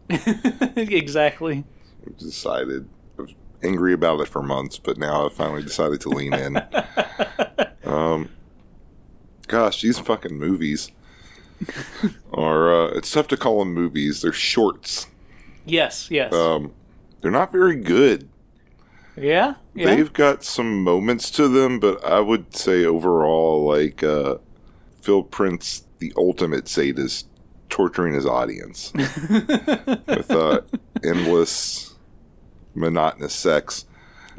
S4: exactly. <laughs>
S3: I've decided. I was angry about it for months, but now I've finally decided to lean in. um, gosh, these fucking movies. are uh, it's tough to call them movies. They're shorts.
S4: Yes, yes.
S3: Um, they're not very good.
S4: yeah? Yeah.
S3: They've got some moments to them, but I would say overall, like uh, Phil Prince, the ultimate sadist, torturing his audience with uh, endless, monotonous sex.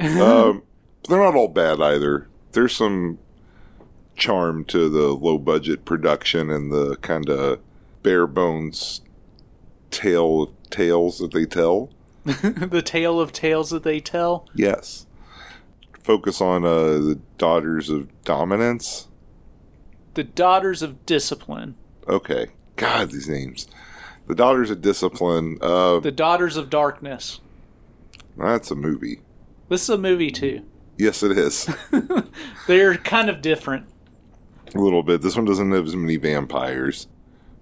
S3: Um, but they're not all bad either. There's some charm to the low budget production and the kind of bare bones tale of tales that they tell.
S4: <laughs> the tale of tales that they tell.
S3: Yes. Focus on uh, the daughters of dominance.
S4: The daughters of discipline.
S3: Okay. God, these names. The daughters of discipline. Uh,
S4: The daughters of darkness.
S3: that's a movie.
S4: This is a movie too. <laughs>
S3: Yes, it is.
S4: They're kind of different.
S3: a little bit. This one doesn't have as many vampires.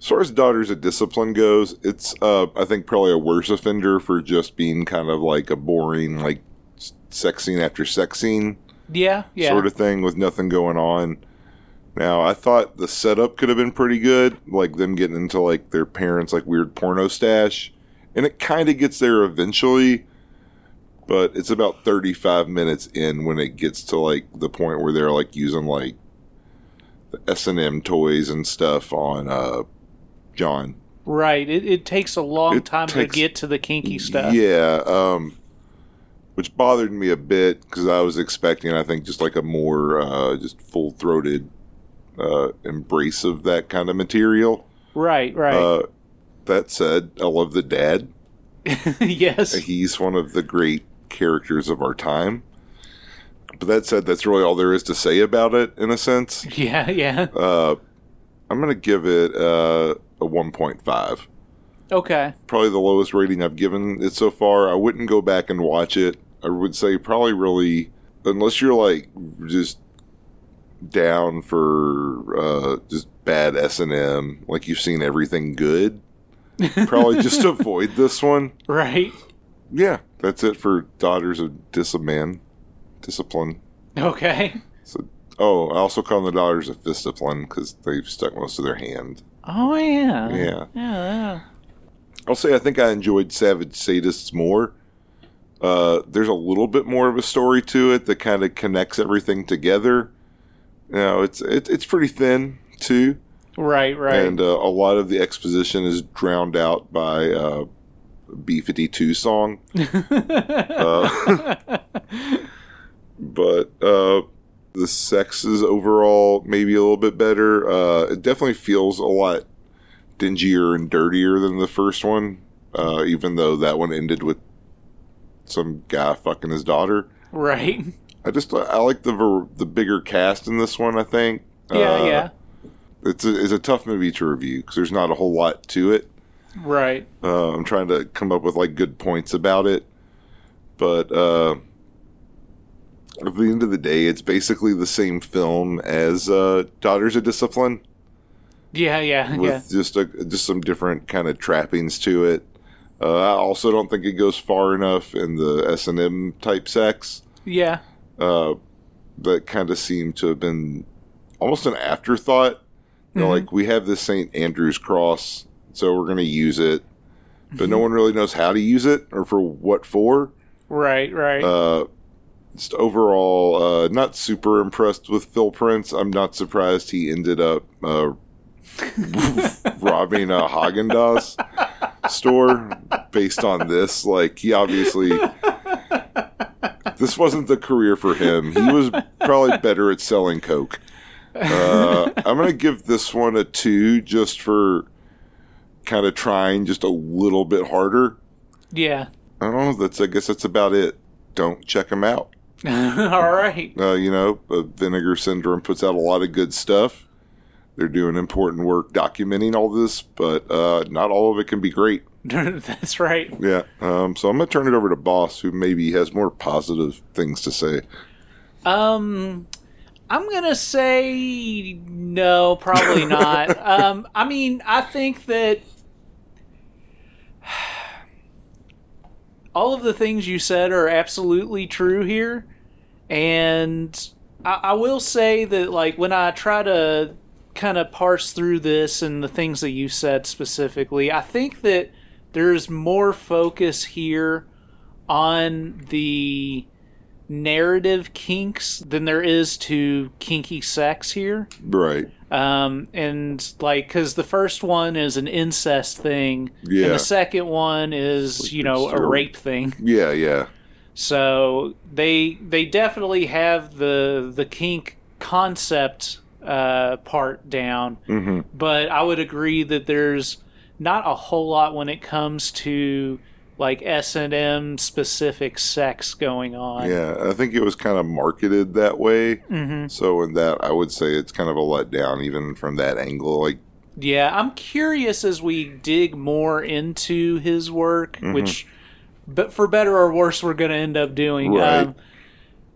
S3: As far as Daughters of Discipline goes, it's uh, I think probably a worse offender for just being kind of like a boring like s- sex scene after sex scene
S4: Yeah, yeah.
S3: sort of thing with nothing going on. Now I thought the setup could have been pretty good, like them getting into like their parents' like weird porno stash, and it kind of gets there eventually. But it's about thirty-five minutes in when it gets to like the point where they're like using like the S and M toys and stuff on uh John.
S4: Right. It, it takes a long
S3: It
S4: time
S3: takes-
S4: to get to the kinky stuff.
S3: Yeah, um, which bothered me a bit because I was expecting, I think, just like a more uh, just full throated uh, embrace of that kind of material.
S4: Right, right.
S3: Uh, that said, I love the dad.
S4: <laughs> yes.
S3: He's one of the great characters of our time. But that said, that's really all there is to say about it, in a sense.
S4: <laughs> Yeah, yeah.
S3: Uh, I'm going to give it uh, a 1.5.
S4: Okay.
S3: probably the lowest rating I've given it so far. I wouldn't go back and watch it. I would say probably really, unless you're like just down for uh, just bad S and M, like you've seen everything good. Probably just avoid this one.
S4: Right.
S3: Yeah, that's it for Daughters of Discipline. Discipline.
S4: Okay.
S3: So, oh, I also call them the Daughters of Fistipline because they've stuck most of their hand.
S4: Oh yeah.
S3: Yeah.
S4: Yeah.
S3: I'll say I think I enjoyed Savage Sadists more. Uh, there's a little bit more of a story to it that kind of connects everything together. You know, it's it, it's pretty thin too,
S4: Right, right.
S3: and uh, a lot of the exposition is drowned out by uh, B fifty two
S4: <laughs>
S3: song. Uh, <laughs> but uh, the sex is overall maybe a little bit better. Uh, it definitely feels a lot dingier and dirtier than the first one, uh, even though that one ended with some guy fucking his daughter.
S4: right. <laughs>
S3: I just I like the ver- the bigger cast in this one. I think.
S4: Yeah,
S3: Uh,
S4: yeah.
S3: It's a, it's a tough movie to review because there's not a whole lot to it.
S4: Right.
S3: Uh, I'm trying to come up with like good points about it, but uh, at the end of the day, it's basically the same film as uh, Daughters of Discipline
S4: Yeah, yeah,
S3: with
S4: yeah.
S3: just a just some different kind of trappings to it. Uh, I also don't think it goes far enough in the S and M type sex.
S4: Yeah.
S3: Uh, that kind of seemed to have been almost an afterthought. You know, like we have this St. Andrew's cross, so we're going to use it, but no one really knows how to use it or for what for.
S4: Right, right.
S3: Uh, just overall, uh, not super impressed with Phil Prince. I'm not surprised he ended up uh, <laughs> robbing a Haagen Dazs store based on this. Like he obviously. This wasn't the career for him. He was probably better at selling coke. Uh, I'm gonna give this one a two, just for kind of trying just a little bit harder.
S4: yeah. <laughs>
S3: I don't know. That's I guess that's about it. Don't check them out.
S4: All right. <laughs>
S3: Uh, you know, uh, Vinegar Syndrome puts out a lot of good stuff. They're doing important work documenting all this, but uh, not all of it can be great.
S4: That's right.
S3: Yeah. Um, so I'm gonna turn it over to Boss, who maybe has more positive things to say.
S4: Um, I'm gonna say no, probably not. um, I mean, I think that all of the things you said are absolutely true here, and I, I will say that, like, when I try to kind of parse through this and the things that you said specifically, I think that there's more focus here on the narrative kinks than there is to kinky sex here.
S3: Right.
S4: Um, and like, because the first one is an incest thing, and
S3: Yeah.
S4: the second one is, you know, a
S3: disturbing.
S4: rape thing.
S3: Yeah, yeah.
S4: So they they definitely have the the kink concept uh, part down,
S3: hmm
S4: but I would agree that there's not a whole lot when it comes to like S and M specific sex going on.
S3: Yeah. I think it was kind of marketed that way.
S4: hmm
S3: So in that, I would say it's kind of a letdown, even from that angle. Like,
S4: yeah. I'm curious as we dig more into his work,
S3: Mm-hmm.
S4: which, but for better or worse, we're going to end up doing. um,
S3: Right.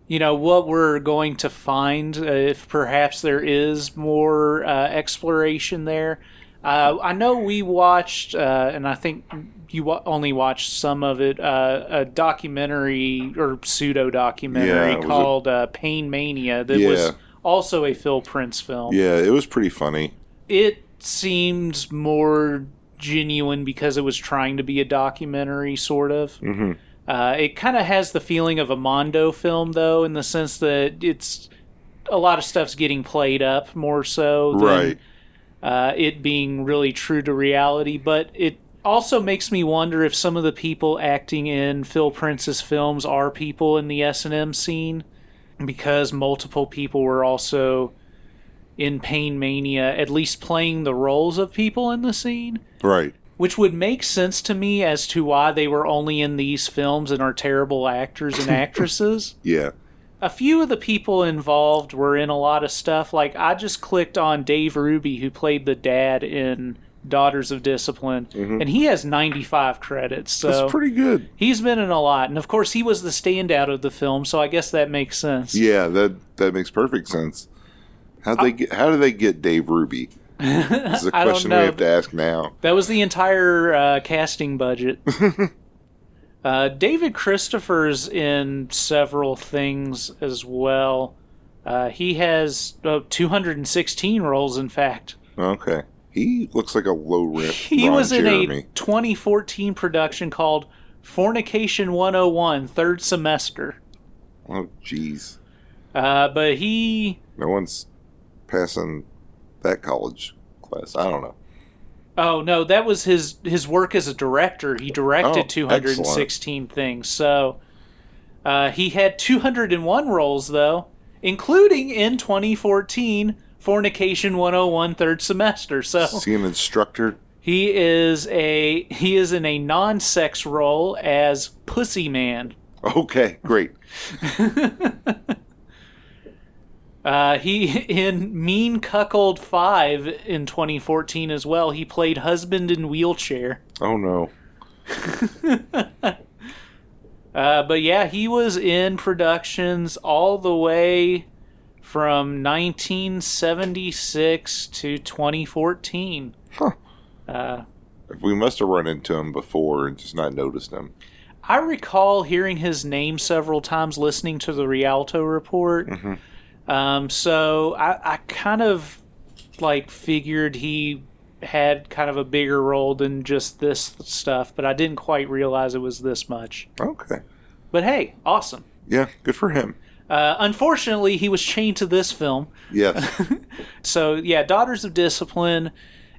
S4: you know what we're going to find uh, if perhaps there is more uh, exploration there. Uh, I know we watched, uh, and I think you wa- only watched some of it, uh, a documentary or pseudo documentary
S3: Yeah, was it-
S4: called uh, Pain Mania that
S3: Yeah.
S4: was also a Phil Prince film.
S3: yeah, it was pretty funny.
S4: It seemed more genuine because it was trying to be a documentary, sort of.
S3: hmm
S4: Uh, it kind of has the feeling of a Mondo film, though, in the sense that it's a lot of stuff's getting played up more so than
S3: Right.
S4: uh, it being really true to reality. But it also makes me wonder if some of the people acting in Phil Prince's films are people in the S and M scene, because multiple people were also in Pain Mania, at least playing the roles of people in the scene
S3: Right.
S4: which would make sense to me as to why they were only in these films and are terrible actors and actresses.
S3: Yeah.
S4: a few of the people involved were in a lot of stuff. Like I just clicked on Dave Ruby, who played the dad in Daughters of Discipline, and he has 95 credits. So
S3: Mm-hmm. That's pretty good.
S4: he's been in a lot, and of course he was the standout of the film. So I guess that makes sense. <laughs>
S3: Yeah, that that makes perfect sense. How they get, how do they get Dave Ruby? Is a
S4: Oh. I don't
S3: question we
S4: know.
S3: have to ask now.
S4: That was the entire uh,
S3: <laughs>
S4: casting budget. uh, David Christopher's in several things as well. Uh, he has uh, 216 roles, in fact.
S3: Okay, he looks like a low rent.
S4: <laughs> He
S3: Ron
S4: was in a
S3: Jeremy.
S4: 2014 production called Fornication 101, third semester.
S3: Oh, jeez,
S4: Uh, but he
S3: no one's passing that college class. I
S4: <laughs>
S3: don't know.
S4: Oh no, that was his his work as a director. He directed
S3: Oh,
S4: 216 things. So uh, he had 201 roles though, including in 2014 Fornication 101 third semester. So
S3: Is he an instructor?
S4: he is a he is in a non-sex role as Pussy Man.
S3: Okay, great.
S4: <laughs> Uh, he in Mean Cuckold 5 in 2014 as well. He played husband in wheelchair. <laughs>
S3: Oh no.
S4: Uh, but yeah, he was in productions all the way from 1976 to 2014.
S3: Huh.
S4: Uh,
S3: We must have run into him before and just not noticed him.
S4: I recall hearing his name several times listening to the Rialto report. Um, so I, I kind of like figured he had kind of a bigger role than just this stuff, but I didn't quite realize it was this much.
S3: Okay.
S4: But hey, awesome.
S3: Yeah, good for him.
S4: Uh, unfortunately, he was chained to this film. <laughs>
S3: Yes.
S4: So yeah, Daughters of Discipline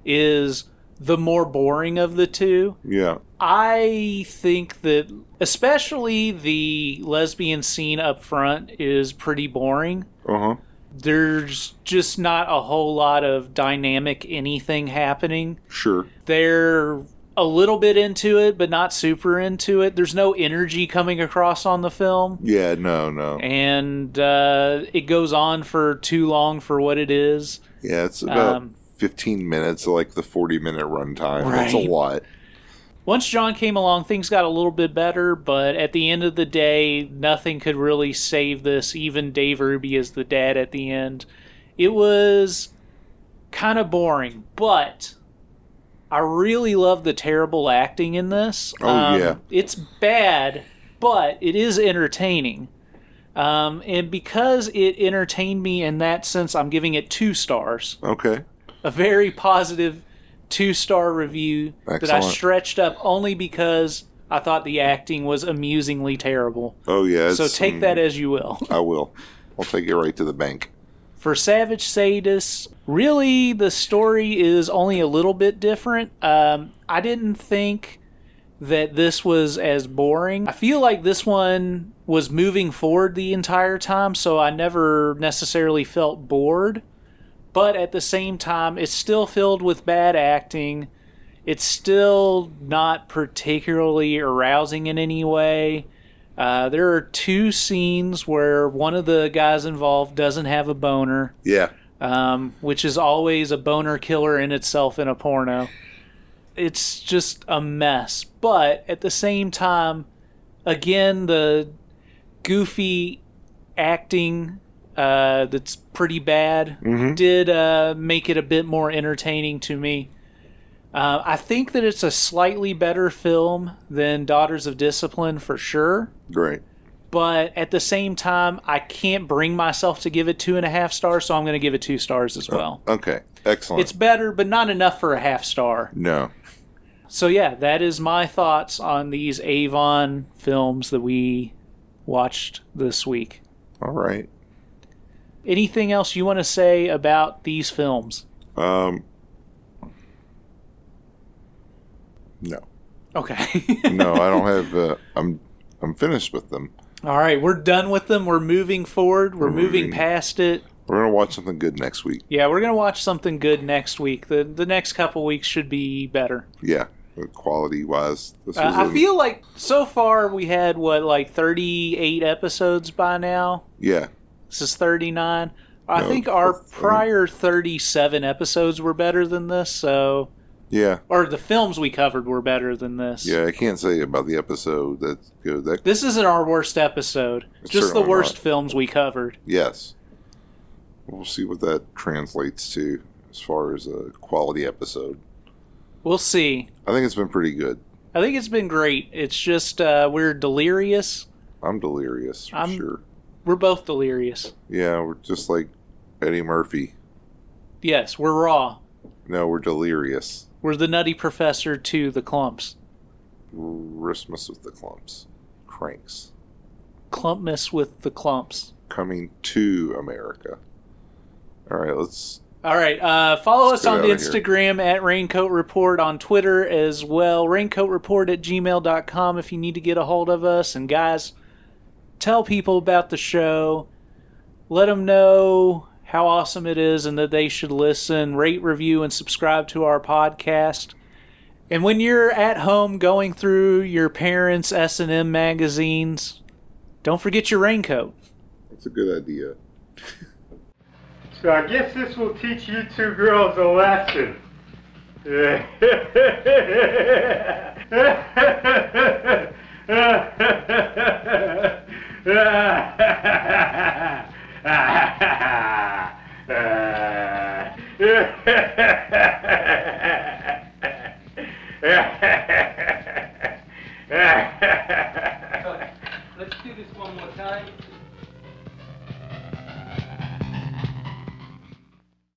S4: is the more boring of the two.
S3: yeah.
S4: I think that especially the lesbian scene up front is pretty boring.
S3: Uh huh.
S4: There's just not a whole lot of dynamic anything happening.
S3: Sure.
S4: They're a little bit into it, but not super into it. There's no energy coming across on the film.
S3: Yeah. No. No.
S4: And uh, it goes on for too long for what it is.
S3: Yeah, it's about
S4: Um,
S3: 15 minutes, like the 40 minute runtime. That's
S4: Right.
S3: a lot.
S4: once John came along, things got a little bit better, but at the end of the day, nothing could really save this. Even Dave Ruby is the dad at the end. It was kind of boring, but I really love the terrible acting in this. Um,
S3: Oh, yeah.
S4: It's bad, but it is entertaining. Um, and because it entertained me in that sense, I'm giving it two stars.
S3: Okay.
S4: a very positive two star review that I
S3: Excellent.
S4: stretched up only because I thought the acting was amusingly terrible.
S3: Oh yeah.
S4: So
S3: it's-
S4: take that as you will. <laughs>
S3: I will. I'll take it right to the bank.
S4: For Savage Sadist, really the story is only a little bit different. Um, I didn't think that this was as boring. I feel like this one was moving forward the entire time, so I never necessarily felt bored. But at the same time, it's still filled with bad acting. It's still not particularly arousing in any way. Uh, there are two scenes where one of the guys involved doesn't have a boner,
S3: Yeah.
S4: um, which is always a boner killer in itself in a porno. It's just a mess. But at the same time, again, the goofy acting uh, that's pretty bad did uh, make it a bit more entertaining to me. Uh, I think that it's a slightly better film than Daughters of Discipline for sure
S3: Great.
S4: but at the same time, I can't bring myself to give it two and a half stars, so I'm going to give it two stars as well.
S3: Okay. Excellent.
S4: It's better, but not enough for a half star.
S3: no.
S4: So yeah, that is my thoughts on these Avon films that we watched this week.
S3: All right.
S4: Anything else you want to say about these films?
S3: Um. No.
S4: Okay.
S3: <laughs> No, I
S4: <laughs>
S3: don't have. Uh, I'm. I'm finished with them.
S4: All right, we're done with them. We're moving forward. We're moving
S3: moving-
S4: past it.
S3: We're gonna watch something good next week.
S4: Yeah, we're going to watch something good next week. The the next couple weeks should be better.
S3: Yeah. Quality wise, this
S4: Uh,
S3: was
S4: I
S3: a-
S4: feel like so far we had what like 38 episodes by now.
S3: Yeah.
S4: This is 39. I
S3: No,
S4: think our
S3: that's- I mean-
S4: prior 37 episodes were better than this, so
S3: Yeah.
S4: or the films we covered were better than this.
S3: Yeah. I can't say about the episode that good. That
S4: This isn't our worst episode.
S3: It's
S4: just the
S3: certainly
S4: worst
S3: not.
S4: films we covered.
S3: yes. We'll see what that translates to as far as a quality episode.
S4: We'll see.
S3: I think it's been pretty good.
S4: I think it's been great. It's just uh, we're delirious.
S3: I'm delirious for
S4: I'm-
S3: sure.
S4: We're both delirious.
S3: Yeah, we're just like Eddie Murphy.
S4: Yes, we're raw.
S3: No, we're delirious.
S4: We're the nutty professor to the clumps.
S3: Christmas with the clumps. Cranks.
S4: Clumpness with the clumps.
S3: Coming to America. All right, let's.
S4: All right. Uh, follow
S3: Let's
S4: us
S3: get
S4: on the
S3: outta here.
S4: Instagram at Raincoat Report, on Twitter as well. Raincoat Report at gmail.com if you need to get a hold of us. And guys, tell people about the show. Let them know how awesome it is and that they should listen, rate, review, and subscribe to our podcast. And when you're at home going through your parents' S&M magazines, don't forget your raincoat.
S3: That's a good idea.
S7: So I guess this will teach you two girls a lesson.
S5: Let's do this one more time.